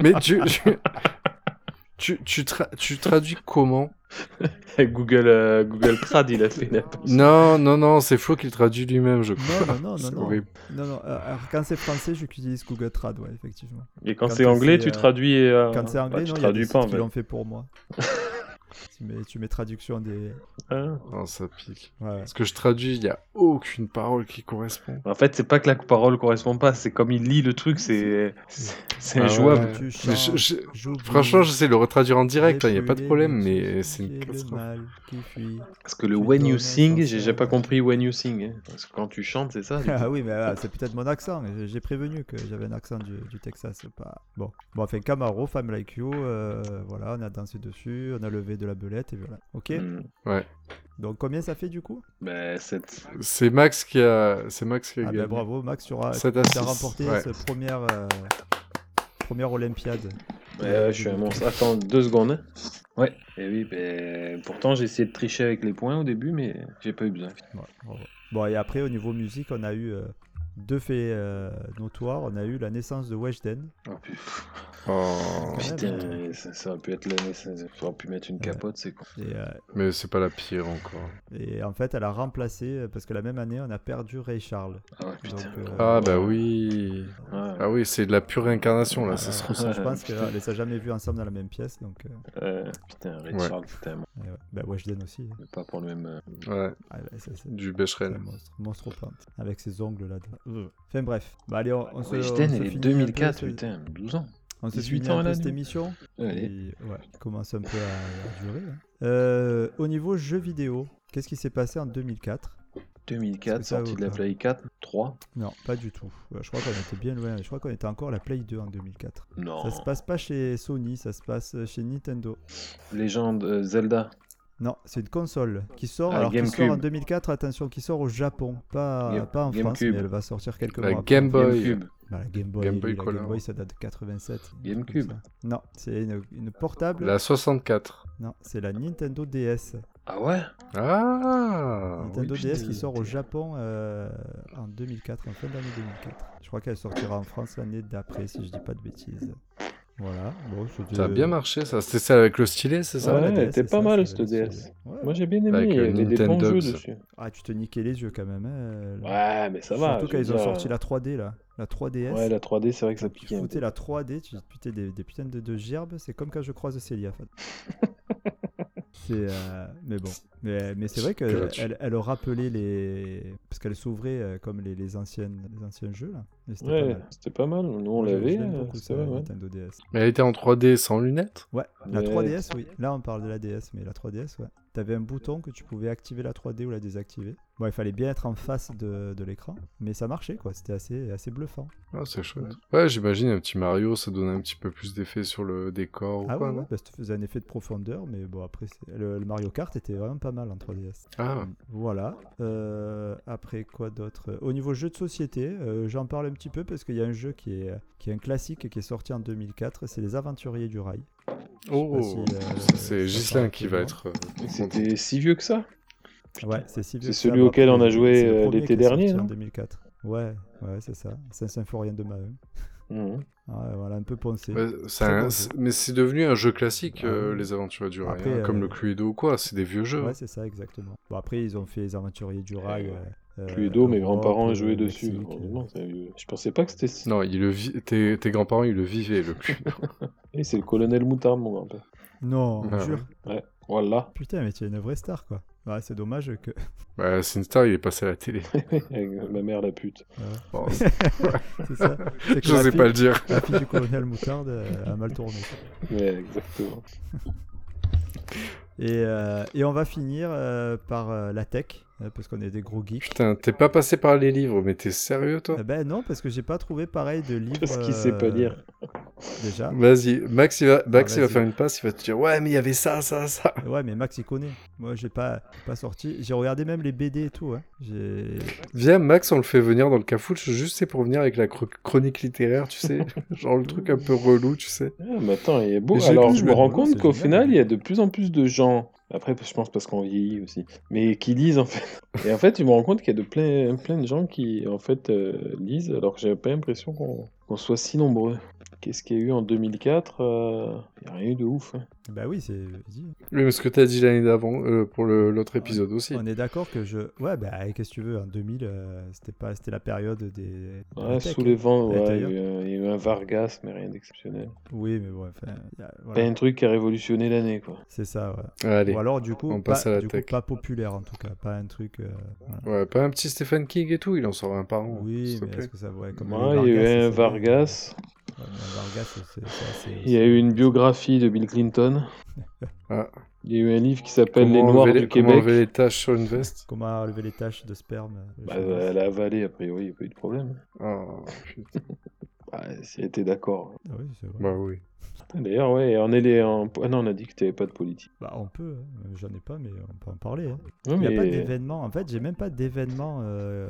Speaker 4: Mais tu. Tu, tu, tu, tra- tu traduis comment
Speaker 3: Google, euh, Google Trad, il a fait la
Speaker 4: Non, non, non, c'est Flo qui le traduit lui-même, je crois.
Speaker 2: Non, non, Oh, non, non.
Speaker 4: C'est
Speaker 2: non.
Speaker 4: horrible.
Speaker 2: Non, non, euh, alors quand c'est français, j'utilise Google Trad, ouais, effectivement.
Speaker 3: Et quand,
Speaker 2: Quand
Speaker 3: c'est
Speaker 2: c'est,
Speaker 3: anglais, tu
Speaker 2: euh,
Speaker 3: traduis. euh,
Speaker 2: Quand c'est
Speaker 3: bah,
Speaker 2: anglais,
Speaker 3: tu
Speaker 2: non, il y a des
Speaker 3: traduis pas,
Speaker 2: sites
Speaker 3: en
Speaker 2: qui
Speaker 3: fait.
Speaker 2: l'ont fait pour moi. tu, mets, tu mets traduction des...
Speaker 3: Hein
Speaker 4: Oh, ça pique.
Speaker 2: Ouais, ouais.
Speaker 4: Parce que je traduis, il n'y a aucune parole qui correspond.
Speaker 3: En fait, c'est pas que la parole correspond pas, c'est comme il lit le truc, c'est c'est- c'est
Speaker 4: Ah ouais.
Speaker 3: injouable.
Speaker 2: Tu
Speaker 4: Mais
Speaker 2: chantes,
Speaker 4: je- je-
Speaker 2: j'oublie,
Speaker 4: Franchement, j'essaie de le retraduire en direct, hein, il
Speaker 2: j'ai
Speaker 4: n'y a pas de
Speaker 2: brûlé
Speaker 4: problème,
Speaker 2: le
Speaker 4: mais
Speaker 2: souci
Speaker 4: c'est une
Speaker 2: et le
Speaker 4: catastrophe.
Speaker 2: mal qui fuit.
Speaker 3: Parce que le
Speaker 2: Tu
Speaker 3: when you
Speaker 2: donnes un
Speaker 3: sing,
Speaker 2: sens
Speaker 3: j'ai
Speaker 2: à
Speaker 3: j'ai
Speaker 2: la
Speaker 3: pas
Speaker 2: chanson.
Speaker 3: compris when you sing. hein. Parce que quand tu chantes, c'est ça. du coup.
Speaker 2: Ah oui, mais euh, c'est peut-être mon accent. mais j'ai- J'ai prévenu que j'avais un accent du, du Texas. c'est Pas... Bon. bon, enfin, Camaro, Femme Like You, euh, voilà, on a dansé dessus, on a levé de la belette, et voilà. Ok
Speaker 3: Hmm.
Speaker 2: Donc combien ça fait du coup
Speaker 3: Ben, cette-
Speaker 4: C'est Max qui a. C'est Max qui a
Speaker 2: Ah
Speaker 4: gagné.
Speaker 2: ben bravo Max, tu auras, tu
Speaker 4: Sept à
Speaker 2: as
Speaker 4: six,
Speaker 2: remporté
Speaker 4: ouais.
Speaker 2: cette première, euh, première Olympiade.
Speaker 3: Ouais, ouais, je suis un monstre. Attends, deux secondes. Ouais. Et oui, ben, pourtant j'ai essayé de tricher avec les points au début, mais j'ai pas eu besoin.
Speaker 2: Ouais, bravo. Bon et après au niveau musique, on a eu euh, deux faits euh, notoires. On a eu la naissance de Weshden.
Speaker 3: Oh, putain.
Speaker 4: Oh.
Speaker 3: Putain,
Speaker 2: putain.
Speaker 3: mais ça, ça aurait pu être l'année, ça, ça aurait pu mettre une capote, c'est con.
Speaker 2: Et, euh,
Speaker 4: Mais c'est pas la pire encore.
Speaker 2: et en fait, elle a remplacé, euh, parce que la même année, on a perdu Ray Charles.
Speaker 3: Ah ouais, putain.
Speaker 2: Donc, euh,
Speaker 4: Ah bah oui.
Speaker 3: Ouais.
Speaker 4: Ah oui, c'est de la pure réincarnation là, ça se
Speaker 2: Euh,
Speaker 4: ressent.
Speaker 2: Je pense qu'elle les a jamais vus ensemble dans la même pièce, donc... euh,
Speaker 3: Euh, putain, Ray
Speaker 4: Ouais.
Speaker 3: Charles, putain, moi,
Speaker 2: et ouais. Bah, Weshden aussi. hein.
Speaker 3: mais pas pour le même. euh,
Speaker 4: Ouais,
Speaker 2: Ah, bah, ça, c'est-
Speaker 4: du
Speaker 2: c'est un
Speaker 4: Becherel.
Speaker 2: monstre, monstre aux plantes, avec ses ongles là. dedans Enfin bref, bah allez, on, on se, on
Speaker 3: Weshden,
Speaker 2: se
Speaker 3: elle est
Speaker 2: finit un peu
Speaker 3: 2004,
Speaker 2: ce-
Speaker 3: putain, 12 ans.
Speaker 2: On se
Speaker 3: 18
Speaker 2: finit
Speaker 3: ans,
Speaker 2: un
Speaker 3: elle
Speaker 2: peu
Speaker 3: a
Speaker 2: cette
Speaker 3: dit.
Speaker 2: émission.
Speaker 3: Allez.
Speaker 2: Et, ouais, qui commence un peu à, à durer. hein. Euh, au niveau jeux vidéo, qu'est-ce qui s'est passé en 2004 Est-ce
Speaker 3: 2004,
Speaker 2: que ça
Speaker 3: sortie
Speaker 2: vaut
Speaker 3: de la
Speaker 2: pas
Speaker 3: Play 4, 3.
Speaker 2: Non, pas du tout. Euh, Je crois qu'on était bien loin. Je crois qu'on était encore à la Play 2 en 2004.
Speaker 3: Non.
Speaker 2: Ça se passe pas chez Sony, ça se passe chez Nintendo.
Speaker 3: Légende euh, Zelda.
Speaker 2: Non, c'est une console qui sort,
Speaker 3: Ah,
Speaker 2: alors qui
Speaker 3: GameCube.
Speaker 2: sort en 2004, attention, qui sort au Japon, pas,
Speaker 3: Game-
Speaker 2: pas en France,
Speaker 3: GameCube.
Speaker 2: mais elle va sortir quelques
Speaker 4: La
Speaker 2: mois après.
Speaker 4: Game Boy.
Speaker 3: GameCube.
Speaker 2: Bah, la Game Boy,
Speaker 4: Game Boy
Speaker 2: oui, la
Speaker 4: Color.
Speaker 2: Game Boy, ça date de 87. un truc comme
Speaker 3: GameCube.
Speaker 2: ça. Non, c'est une, une portable.
Speaker 4: La 64.
Speaker 2: Non, c'est la Nintendo DS.
Speaker 3: Ah ouais
Speaker 4: Ah
Speaker 2: Nintendo
Speaker 4: oui,
Speaker 2: DS
Speaker 4: putain.
Speaker 2: qui sort au Japon euh, en 2004, en fin d'année 2004. Je crois qu'elle sortira en France l'année d'après, si je dis pas de bêtises. Voilà. Bon, c'était-
Speaker 4: Ça a bien marché ça. C'était celle avec le stylet, c'est ça
Speaker 2: Ouais, la
Speaker 3: Ouais, elle
Speaker 2: DS,
Speaker 3: était
Speaker 2: c'est
Speaker 3: pas
Speaker 2: ça,
Speaker 3: mal,
Speaker 2: c'est
Speaker 3: cette
Speaker 2: la
Speaker 3: DS.
Speaker 2: Ouais.
Speaker 3: Moi j'ai bien aimé,
Speaker 4: Avec
Speaker 3: il y
Speaker 4: le
Speaker 3: avait des bons
Speaker 4: Nintendo,
Speaker 3: jeux
Speaker 4: ça.
Speaker 3: dessus.
Speaker 2: Ah, tu te niquais les yeux quand même. hein, là.
Speaker 3: Ouais, mais ça va.
Speaker 2: Surtout
Speaker 3: je
Speaker 2: quand
Speaker 3: veux
Speaker 2: ils ont
Speaker 3: dire, euh,
Speaker 2: sorti la 3D là. La 3DS.
Speaker 3: Ouais, la 3D, c'est vrai que ça
Speaker 2: tu
Speaker 3: piquait un
Speaker 2: foutais
Speaker 3: peu.
Speaker 2: la 3D, tu putais des, des putains de, de gerbes, c'est comme quand je croise Célia. en fait. c'est, euh, mais bon, mais, mais c'est vrai
Speaker 4: Que là-dessus.
Speaker 2: qu'elle elle rappelait les. Parce qu'elle s'ouvrait euh, comme les, les, anciennes, les anciens jeux là. Et c'était pas
Speaker 3: Ouais,
Speaker 2: mal.
Speaker 3: c'était pas mal. Nous on
Speaker 2: Je- je
Speaker 3: l'avait,
Speaker 2: l'aime
Speaker 3: euh,
Speaker 2: beaucoup,
Speaker 3: c'était
Speaker 2: ça, la
Speaker 3: vrai, ouais.
Speaker 2: Nintendo DS.
Speaker 4: Mais elle était en 3D sans lunettes
Speaker 2: Ouais, la
Speaker 3: Ouais.
Speaker 2: 3DS, oui. Là, on parle de la DS, mais la 3DS, ouais. T'avais un bouton que tu pouvais activer la 3D ou la désactiver. Bon, il fallait bien être en face de, de l'écran, mais ça marchait, quoi. C'était assez, assez bluffant.
Speaker 4: Ah, c'est chouette. Ouais, j'imagine un petit Mario, ça donnait un petit peu plus d'effet sur le décor ou
Speaker 2: Ah
Speaker 4: quoi,
Speaker 2: ouais, ouais,
Speaker 4: non
Speaker 2: parce que ça faisait un effet de profondeur, mais bon, après, c'est- le, le Mario Kart était vraiment pas mal en 3DS.
Speaker 4: Ah,
Speaker 2: Voilà. Euh, après, quoi d'autre Au niveau jeu de société, euh, j'en parle un petit peu parce qu'il y a un jeu qui est, qui est un classique et qui est sorti en 2004, c'est Les Aventuriers du Rail.
Speaker 4: oh
Speaker 2: si, euh,
Speaker 4: Ça,
Speaker 2: ça
Speaker 4: C'est Ghislain
Speaker 2: parle
Speaker 4: qui va
Speaker 2: absolument.
Speaker 4: être... euh,
Speaker 3: Mais C'était si vieux que ça
Speaker 2: Ouais, c'est si vieux
Speaker 3: C'est
Speaker 2: que ça,
Speaker 3: celui
Speaker 2: bah,
Speaker 3: auquel
Speaker 2: après,
Speaker 3: on a joué,
Speaker 2: c'est le
Speaker 3: euh,
Speaker 2: premier
Speaker 3: l'été
Speaker 2: qui est sorti
Speaker 3: dernier,
Speaker 2: En
Speaker 3: non
Speaker 2: 2004. Ouais, ouais, c'est ça. C'est un symphorien de Maheu.
Speaker 3: Mhm.
Speaker 2: Ah, ouais, voilà, un peu poncé.
Speaker 4: Ouais, c'est
Speaker 2: Très
Speaker 4: un-
Speaker 2: bon
Speaker 4: c'est-
Speaker 2: jeu.
Speaker 4: mais c'est devenu un jeu classique,
Speaker 2: Ah
Speaker 4: euh,
Speaker 2: oui.
Speaker 4: les aventures du rail,
Speaker 2: Après,
Speaker 4: hein,
Speaker 2: euh,
Speaker 4: comme le Cluedo ou quoi, c'est des vieux jeux.
Speaker 2: Ouais, c'est ça, exactement. Bon, après, ils ont fait les aventuriers du rail. euh,
Speaker 3: Cluedo,
Speaker 2: euh,
Speaker 3: mes
Speaker 2: Europe,
Speaker 3: grands-parents
Speaker 2: euh,
Speaker 3: jouaient dessus.
Speaker 2: Mexique, euh.
Speaker 3: Heureusement, c'est vieux. Je pensais pas que c'était si.
Speaker 4: Non, il le vi- tes, tes grands-parents, ils le vivaient, le Cluedo.
Speaker 3: Et c'est le colonel Moutard, mon grand-père.
Speaker 2: Non, on
Speaker 4: Ah
Speaker 2: jure.
Speaker 3: Ouais, voilà.
Speaker 2: Putain, mais tu es une vraie star, quoi. Ouais, c'est dommage que.
Speaker 4: bah, c'est une star, il est passé à la télé.
Speaker 3: Avec ma mère, la pute. Oh,
Speaker 4: Bon,
Speaker 2: euh, c'est ça. C'est que
Speaker 4: Je
Speaker 2: la
Speaker 4: sais
Speaker 2: fille-
Speaker 4: pas le dire.
Speaker 2: La fille du colonel Moutarde euh, a mal tourné.
Speaker 3: Ouais, exactement.
Speaker 2: Et, euh, et on va finir euh, par euh, la tech, euh, parce qu'on est des gros geeks.
Speaker 4: Putain, t'es pas passé par les livres, mais t'es sérieux, toi
Speaker 2: Eh ben non, parce que j'ai pas trouvé pareil de livre.
Speaker 3: Parce qu'il sait pas
Speaker 2: euh,
Speaker 3: lire.
Speaker 2: Déjà.
Speaker 4: Vas-y, Max, il va, Max,
Speaker 2: Ah,
Speaker 4: il va
Speaker 2: vas-y.
Speaker 4: faire une passe, il va te dire « Ouais, mais il y avait ça, ça, ça
Speaker 2: Ouais, mais Max il connaît. Moi j'ai pas, pas sorti. J'ai regardé même les BD et tout. Hein. J'ai. ».
Speaker 4: Viens, Max, on le fait venir dans le cafouche, juste c'est pour venir avec la cro- chronique littéraire, tu sais Genre le truc un peu relou, tu sais
Speaker 3: Ah, mais attends, il est beau.
Speaker 4: Et j'ai
Speaker 3: Alors,
Speaker 4: vu,
Speaker 3: je
Speaker 4: je
Speaker 3: me
Speaker 4: me
Speaker 3: rends
Speaker 2: dis, c'est
Speaker 3: compte qu'au
Speaker 2: génial.
Speaker 3: final, il y a de plus en plus de gens. Après, je pense parce qu'on vieillit aussi. Mais qui lisent, en fait. Et en fait, je me rends compte qu'il y a de plein, plein de gens qui, en fait, euh, lisent, alors que j'avais pas l'impression qu'on qu'on soit si nombreux. Qu'est-ce qu'il y a eu en 2004 euh, Il n'y a rien eu de ouf. hein.
Speaker 2: Bah oui, c'est. vas-y.
Speaker 4: Oui, mais ce que t'as dit l'année d'avant, euh, pour le- l'autre épisode aussi.
Speaker 2: On est d'accord que je. Ouais, bah qu'est-ce que tu veux En 2000, euh, c'était pas, c'était la période des. de la
Speaker 3: Ouais,
Speaker 2: tech,
Speaker 3: sous
Speaker 2: hein.
Speaker 3: les vents,
Speaker 2: Ouais,
Speaker 3: ouais, il y,
Speaker 2: d'ailleurs.
Speaker 3: a eu un- il y a eu un Vargas, mais rien d'exceptionnel.
Speaker 2: Oui, mais bon, enfin, y a-
Speaker 3: Pas
Speaker 2: voilà.
Speaker 3: un truc qui a révolutionné l'année, quoi.
Speaker 2: C'est ça. Ouais.
Speaker 4: Allez,
Speaker 2: Ou alors du coup,
Speaker 4: on
Speaker 2: pas,
Speaker 4: passe à la
Speaker 2: du coup,
Speaker 4: tech.
Speaker 2: pas populaire en tout cas, pas un truc. euh, voilà.
Speaker 4: ouais, pas un petit Stephen King et tout, il en sort un par an,
Speaker 2: Oui,
Speaker 4: Oh, s'il te
Speaker 2: mais
Speaker 4: plaît.
Speaker 2: est-ce que ça ouais, comme
Speaker 3: Moi,
Speaker 2: les
Speaker 3: il y a eu
Speaker 2: c'est-
Speaker 3: un
Speaker 2: c'est-
Speaker 3: Vargas.
Speaker 2: Ouais, mais un Vargas, c'est- c'est assez-
Speaker 3: Il y a eu une biographie de Bill Clinton.
Speaker 4: Ah.
Speaker 3: Il y a eu un livre qui s'appelle Les Noirs
Speaker 4: enlever,
Speaker 3: du
Speaker 4: comment
Speaker 3: Québec.
Speaker 4: enlever les taches sur une veste
Speaker 2: Comment relever les taches de sperme euh,
Speaker 3: Bah,
Speaker 2: je sais pas.
Speaker 3: elle a avalé, a priori, il n'y a pas eu de problème.
Speaker 4: Oh, putain.
Speaker 3: Bah, si elle était d'accord.
Speaker 2: Ah oui, c'est vrai.
Speaker 4: Bah oui.
Speaker 3: D'ailleurs, ouais, on est les. en- Ah non, on a dit que tu pas de politique.
Speaker 2: Bah, on peut, hein. Euh, j'en ai pas, mais on peut en parler. hein.
Speaker 3: Ouais,
Speaker 2: Il n'y a
Speaker 3: mais-
Speaker 2: pas d'événement. En fait, j'ai même pas d'événement. euh,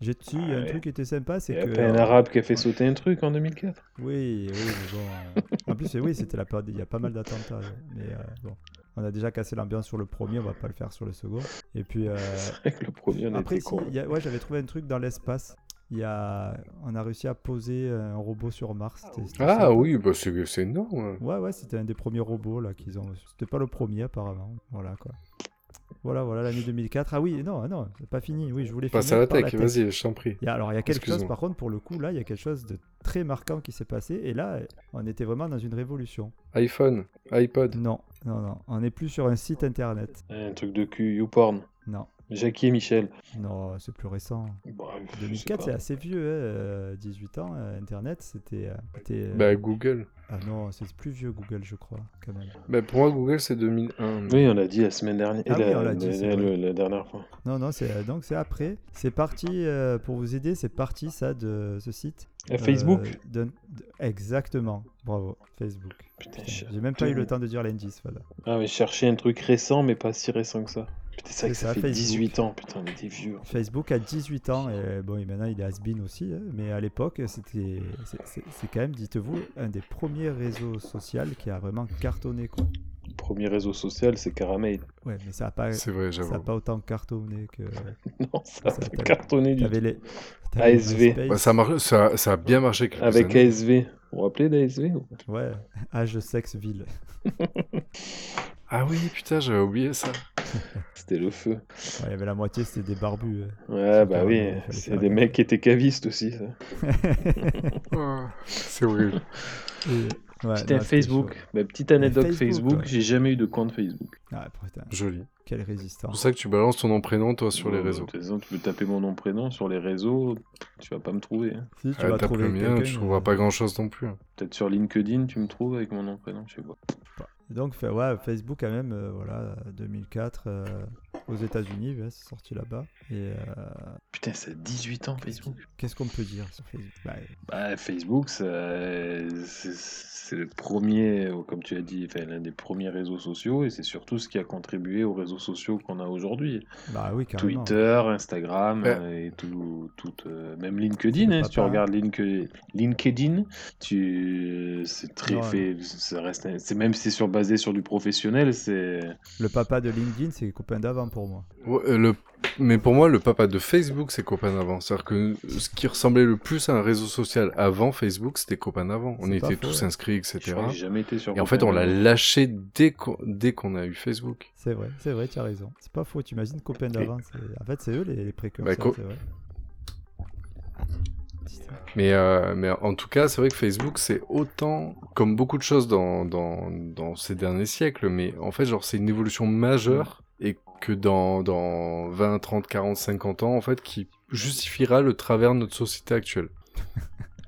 Speaker 2: J'ai dessus, il y a un
Speaker 3: Ouais.
Speaker 2: truc qui était sympa,
Speaker 3: Il
Speaker 2: c'est
Speaker 3: n'y a
Speaker 2: que. euh,
Speaker 3: pas un arabe qui a fait sauter un truc en 2004.
Speaker 2: Oui, oui, mais bon. euh, En plus, oui, c'était la période. Il y a pas mal d'attentats. hein. Mais euh, bon, on a déjà cassé l'ambiance sur le premier, on va pas le faire sur le second. Et puis. euh,
Speaker 3: C'est vrai que le premier, on
Speaker 2: Après,
Speaker 3: était
Speaker 2: si,
Speaker 3: con.
Speaker 2: il y a- ouais, j'avais trouvé un truc dans l'espace. Il il y a, on a réussi à poser un robot sur Mars. c'était- c'était
Speaker 4: Ah
Speaker 2: sympa.
Speaker 4: oui, bah c'est c'est énorme. hein.
Speaker 2: Ouais, ouais, c'était un des premiers robots là qu'ils ont. C'était pas le premier apparemment. Voilà quoi. Voilà, voilà l'année 2004. Ah oui, non, non, c'est pas fini. Oui, je voulais
Speaker 4: Passe
Speaker 2: finir
Speaker 4: à la
Speaker 2: par
Speaker 4: tech, vas-y, je t'en prie.
Speaker 2: Il y a- alors il y a quelque chose
Speaker 4: Excuse-moi.
Speaker 2: par contre pour le coup là, il y a quelque chose de très marquant qui s'est passé et là on était vraiment dans une révolution.
Speaker 4: iPhone, iPod.
Speaker 2: Non, non, non, on n'est plus sur un site internet.
Speaker 3: Un truc de cul, YouPorn.
Speaker 2: Non,
Speaker 3: Jackie et Michel.
Speaker 2: non, c'est plus récent.
Speaker 3: Bah, je sais
Speaker 2: 2004
Speaker 3: pas.
Speaker 2: c'est assez vieux, hein, euh, 18 ans, euh, internet c'était... euh, c'était, euh,
Speaker 4: Bah Google.
Speaker 2: Ah non, c'est plus vieux Google je crois quand même.
Speaker 4: Bah pour moi Google c'est 2001.
Speaker 3: Oui, on l'a dit la semaine dernière.
Speaker 2: Ah
Speaker 3: la,
Speaker 2: oui, on l'a dit,
Speaker 3: la-
Speaker 2: c'est
Speaker 3: la-
Speaker 2: vrai.
Speaker 3: la dernière fois.
Speaker 2: Non, non, c'est euh, donc c'est après. C'est parti euh, pour vous aider. C'est parti ça de ce site.
Speaker 3: Euh, Facebook
Speaker 2: Euh, d'un- de- Exactement. Bravo, Facebook.
Speaker 3: Putain,
Speaker 2: Putain,
Speaker 3: je-
Speaker 2: J'ai même pas eu le temps de dire l'indice, voilà.
Speaker 3: Ah, mais je cherchais un truc récent, mais pas si récent que ça. Putain, c'est vrai que
Speaker 2: C'est
Speaker 3: ça,
Speaker 2: ça,
Speaker 3: fait
Speaker 2: Facebook.
Speaker 3: 18 ans. Putain, on était vieux.
Speaker 2: Facebook a 18 ans et bon, et maintenant il est has-been aussi, hein, mais à l'époque c'était, c'est- c'est c'est quand même, dites-vous, un des premiers réseaux sociaux qui a vraiment cartonné quoi.
Speaker 3: Le premier réseau social, c'est Caramel.
Speaker 2: Ouais, mais ça a pas, ça
Speaker 4: C'est vrai,
Speaker 2: a
Speaker 4: j'avoue.
Speaker 2: pas autant cartonné que.
Speaker 3: Non, ça a
Speaker 2: Ça,
Speaker 3: pas
Speaker 2: t'avais-
Speaker 3: cartonné du
Speaker 2: T'avais les.
Speaker 3: ASV.
Speaker 2: MySpace.
Speaker 4: Bah, ça, marche, ça, ça a bien marché quelques
Speaker 3: Avec
Speaker 4: années.
Speaker 3: ASV. Vous vous rappelez d'ASV
Speaker 2: Ouais. Âge, sexe, ville.
Speaker 4: Ah oui, putain, j'avais oublié ça.
Speaker 3: C'était le feu.
Speaker 2: Ouais, Il y avait la moitié, c'était des barbus. hein.
Speaker 3: Ouais, bah
Speaker 2: Caramel,
Speaker 3: oui.
Speaker 2: il fallait
Speaker 3: C'est
Speaker 2: faire
Speaker 3: des
Speaker 2: gaffe.
Speaker 3: mecs qui étaient cavistes aussi, ça.
Speaker 4: Ah, c'est horrible.
Speaker 2: Ouais,
Speaker 3: Putain,
Speaker 2: non, c'était
Speaker 3: Facebook.
Speaker 2: chaud.
Speaker 3: Ma petite anecdote
Speaker 2: Mais
Speaker 3: Facebook,
Speaker 2: Facebook, ouais.
Speaker 3: j'ai jamais eu de compte Facebook.
Speaker 2: Ah putain,
Speaker 4: Joli.
Speaker 2: quelle
Speaker 4: C'est pour
Speaker 2: résistance.
Speaker 4: ça que tu balances ton nom prénom toi sur les
Speaker 3: Euh,
Speaker 4: réseaux.
Speaker 3: de toute façon, tu peux taper mon nom, prénom sur les réseaux, tu vas pas me trouver. hein.
Speaker 2: Si
Speaker 4: Ah, Tape le mien, tu
Speaker 2: quelqu'un,
Speaker 4: trouveras
Speaker 2: euh,
Speaker 4: pas grand chose non plus. hein.
Speaker 3: Peut-être sur LinkedIn, tu me trouves avec mon nom, prénom, je sais pas.
Speaker 2: Donc fa- ouais, Facebook quand même, euh, voilà, 2004 euh, aux États-Unis, ouais, c'est sorti là-bas. Et euh,
Speaker 3: Putain, ça a 18 ans Facebook.
Speaker 2: qu'est-ce qu'on peut dire sur Facebook Bah,
Speaker 3: Bah, Facebook, ça, c'est c'est le premier, euh, comme tu as dit, enfin, l'un des premiers réseaux sociaux et c'est surtout ce qui a contribué aux réseaux sociaux qu'on a aujourd'hui.
Speaker 2: bah oui, carrément.
Speaker 3: Twitter, Instagram
Speaker 4: Ouais.
Speaker 3: euh, et tout, tout, euh, même LinkedIn.
Speaker 2: Le
Speaker 3: hein, si tu
Speaker 2: papa.
Speaker 3: regardes Linke- LinkedIn, tu, c'est très
Speaker 2: Ouais.
Speaker 3: fait, ça reste, un- c'est même si c'est sur, basé sur du professionnel, c'est.
Speaker 2: Le papa de LinkedIn, c'est les copains d'avant pour moi.
Speaker 4: Ouais, euh, le... Mais pour moi, le papa de Facebook, c'est Copain avant. C'est-à-dire que ce qui ressemblait le plus à un réseau social avant Facebook, c'était Copain avant. On
Speaker 2: C'est pas
Speaker 4: était
Speaker 2: faux,
Speaker 4: tous
Speaker 2: ouais.
Speaker 4: inscrits,
Speaker 3: Je
Speaker 4: etc.
Speaker 3: crois que j'ai jamais été sur.
Speaker 4: Et en fait, on l'a lâché dès qu'on dès qu'on a eu Facebook.
Speaker 2: C'est vrai, c'est vrai, tu as raison. C'est pas faux, tu imagines copains d'avant. c'est- En fait, c'est eux les, les précurseurs,
Speaker 4: Bah, co-
Speaker 2: c'est vrai. Putain.
Speaker 4: Mais, euh, mais en tout cas, c'est vrai que Facebook, c'est autant, comme beaucoup de choses dans, dans, dans ces derniers siècles, mais en fait, genre, c'est une évolution majeure
Speaker 3: Mm.
Speaker 4: et que dans, dans 20, 30, 40, 50 ans, en fait, qui justifiera le travers de notre société actuelle.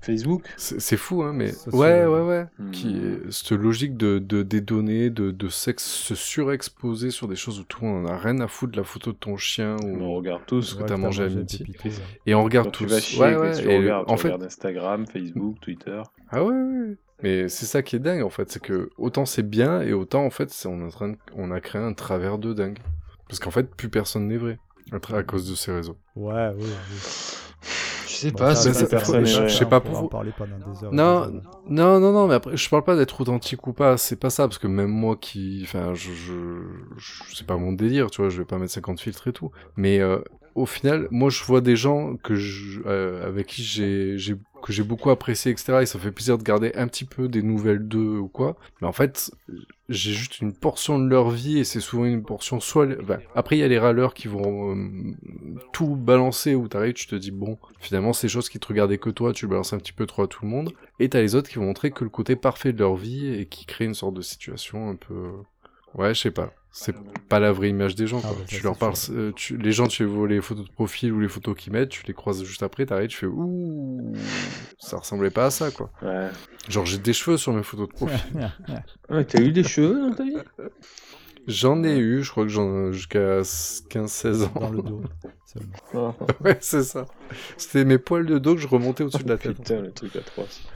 Speaker 3: Facebook.
Speaker 4: C'est c'est fou, hein, mais.
Speaker 2: Social.
Speaker 4: Ouais, ouais, ouais.
Speaker 3: Hmm.
Speaker 4: Qui est- cette logique de, de- des données, de, de sexe se surexposer sur des choses où tout le monde en a rien à foutre de la photo de ton chien
Speaker 3: On
Speaker 4: ou
Speaker 3: regarde
Speaker 4: ce
Speaker 3: tous.
Speaker 4: que
Speaker 2: Ouais,
Speaker 4: t'as
Speaker 2: t'as
Speaker 4: mangé à
Speaker 2: un
Speaker 4: midi.
Speaker 2: pépito, là.
Speaker 4: et on regarde
Speaker 3: Quand tu
Speaker 4: tous.
Speaker 3: vas chier,
Speaker 4: ouais,
Speaker 3: qu'est-ce
Speaker 4: ouais.
Speaker 3: que tu
Speaker 4: et
Speaker 3: regardes Tu
Speaker 4: en fait,
Speaker 3: regardes Instagram, Facebook, Twitter.
Speaker 4: Ah ouais, ouais, ouais. Mais c'est ça qui est dingue en fait, c'est que autant c'est bien et autant en fait c'est- on, est en train de- on a créé un travers de dingue. Parce qu'en fait plus personne n'est vrai à, tra- à cause de ces réseaux.
Speaker 2: Ouais, oui, oui.
Speaker 3: Je sais
Speaker 2: Bon,
Speaker 3: pas
Speaker 2: ça,
Speaker 4: si
Speaker 3: si
Speaker 2: Bah, ça,
Speaker 4: c'est
Speaker 2: ça,
Speaker 4: personne
Speaker 2: je-
Speaker 4: est
Speaker 2: je
Speaker 4: vraie.
Speaker 2: sais pas pour
Speaker 4: On
Speaker 2: vous
Speaker 4: pourra
Speaker 2: parler pendant des heures.
Speaker 4: Non, non, non, non, mais après je parle pas d'être authentique ou pas, c'est pas ça, parce que même moi qui... Enfin, je, je- je- c'est pas mon délire, tu vois, je vais pas mettre 50 filtres et tout. Mais euh, au final, moi je vois des gens que je, euh, avec qui j'ai, j'ai, que j'ai beaucoup apprécié, etc. Et ça fait plaisir de garder un petit peu des nouvelles d'eux ou quoi. Mais en fait, j'ai juste une portion de leur vie et c'est souvent une portion soit ben, après il y a les râleurs qui vont euh, tout balancer où t'arrives tu te dis bon finalement ces choses qui te regardaient que toi tu le balances un petit peu trop à tout le monde et t'as les autres qui vont montrer que le côté parfait de leur vie et qui crée une sorte de situation un peu ouais je sais pas c'est pas la vraie image des gens
Speaker 2: Ah
Speaker 4: quoi.
Speaker 2: ouais, ça,
Speaker 4: tu leur
Speaker 2: c'est
Speaker 4: parles
Speaker 2: sûr.
Speaker 4: euh, tu- les gens tu les vois les photos de profil ou les photos qu'ils mettent tu les croises juste après t'arrives tu fais ouh ça ressemblait pas à ça quoi
Speaker 3: Ouais.
Speaker 4: genre j'ai des cheveux sur mes photos de profil
Speaker 3: Ah, T'as eu des cheveux dans ta vie
Speaker 4: J'en ai eu, je crois que j'en ai jusqu'à 15-16 ans.
Speaker 2: Dans le dos. seulement.
Speaker 3: Ah,
Speaker 4: Ouais, c'est ça. C'était mes poils de dos que je remontais au-dessus de la tête. Euh,
Speaker 3: Putain, le truc atroce.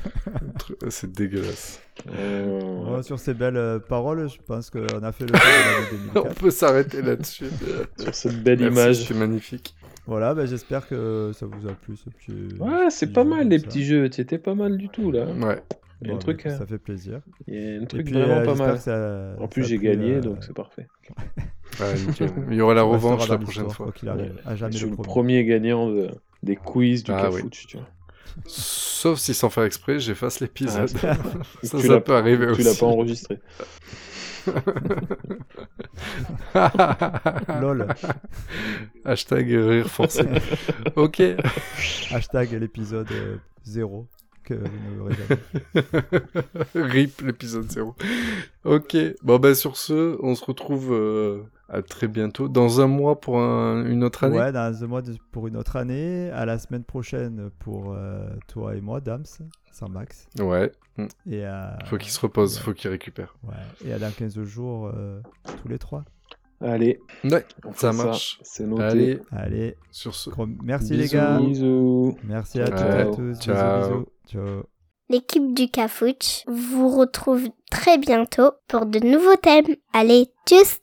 Speaker 4: c'est dégueulasse.
Speaker 3: Euh,
Speaker 2: Bon, sur ces belles euh, paroles, je pense qu'on a fait le tour de l'année
Speaker 4: On
Speaker 2: 2004.
Speaker 4: peut s'arrêter là-dessus.
Speaker 3: Sur cette belle
Speaker 4: Merci,
Speaker 3: image.
Speaker 4: C'était magnifique.
Speaker 2: Voilà, ben, j'espère que ça vous a plu ce petit.
Speaker 3: Ouais, c'est
Speaker 2: petit
Speaker 3: pas
Speaker 2: jeu
Speaker 3: mal
Speaker 2: comme
Speaker 3: les
Speaker 2: ça.
Speaker 3: petits jeux. T'étais pas mal du tout là.
Speaker 4: Ouais.
Speaker 3: Il y a
Speaker 2: Bon,
Speaker 3: un truc,
Speaker 2: ben,
Speaker 3: euh,
Speaker 2: Ça fait plaisir.
Speaker 3: Il y a un
Speaker 2: Et
Speaker 3: truc
Speaker 2: puis,
Speaker 3: vraiment
Speaker 2: euh,
Speaker 3: pas
Speaker 2: j'espère
Speaker 3: mal.
Speaker 2: que ça-
Speaker 3: En
Speaker 2: ça
Speaker 3: plus,
Speaker 2: a
Speaker 3: j'ai
Speaker 2: plu,
Speaker 3: gagné,
Speaker 2: euh,
Speaker 3: donc c'est parfait.
Speaker 4: Ouais, nickel. Il y aura la
Speaker 2: ça restera
Speaker 4: revanche la
Speaker 2: dans
Speaker 4: prochaine
Speaker 2: l'histoire,
Speaker 4: fois.
Speaker 2: Quoi qu'il arrive, à
Speaker 3: Je
Speaker 2: jamais
Speaker 3: suis
Speaker 2: le
Speaker 3: le
Speaker 2: premier.
Speaker 3: premier gagnant de, des quiz du
Speaker 4: Ah,
Speaker 3: cafouche,
Speaker 4: oui.
Speaker 3: tu vois.
Speaker 4: Sauf si sans faire exprès, j'efface l'épisode.
Speaker 3: Ah,
Speaker 4: ça,
Speaker 3: tu
Speaker 4: ça
Speaker 3: l'as-
Speaker 4: peut arriver
Speaker 3: tu
Speaker 4: aussi.
Speaker 3: l'as pas enregistré. Ah.
Speaker 2: Lol.
Speaker 4: Hashtag rire forcé. ok.
Speaker 2: Hashtag l'épisode euh, zéro que vous n'aurez jamais.
Speaker 4: RIP l'épisode 0. ok. Bon, bah sur ce, on se retrouve euh, à très bientôt. Dans un mois pour un- une autre année.
Speaker 2: Ouais, dans un mois de- pour une autre année. À la semaine prochaine pour euh, toi et moi, Dams, sans Max.
Speaker 4: Ouais.
Speaker 2: Et à,
Speaker 4: Faut qu'il se repose,
Speaker 2: Ouais.
Speaker 4: faut qu'il récupère.
Speaker 2: ouais. et à dans 15 jours, euh, tous les trois.
Speaker 3: Allez,
Speaker 4: Ouais.
Speaker 3: on fait
Speaker 4: Ça marche.
Speaker 3: C'est noté.
Speaker 4: Allez,
Speaker 2: Allez,
Speaker 4: sur ce.
Speaker 2: gros- merci les
Speaker 4: Bisous.
Speaker 2: gars.
Speaker 3: Bisous.
Speaker 2: Merci à toutes et à
Speaker 3: Ouais.
Speaker 2: tous.
Speaker 4: Ciao.
Speaker 2: Bisous, bisous. Ciao.
Speaker 1: L'équipe du Cafouche vous retrouve très bientôt pour de nouveaux thèmes. Allez, tchuss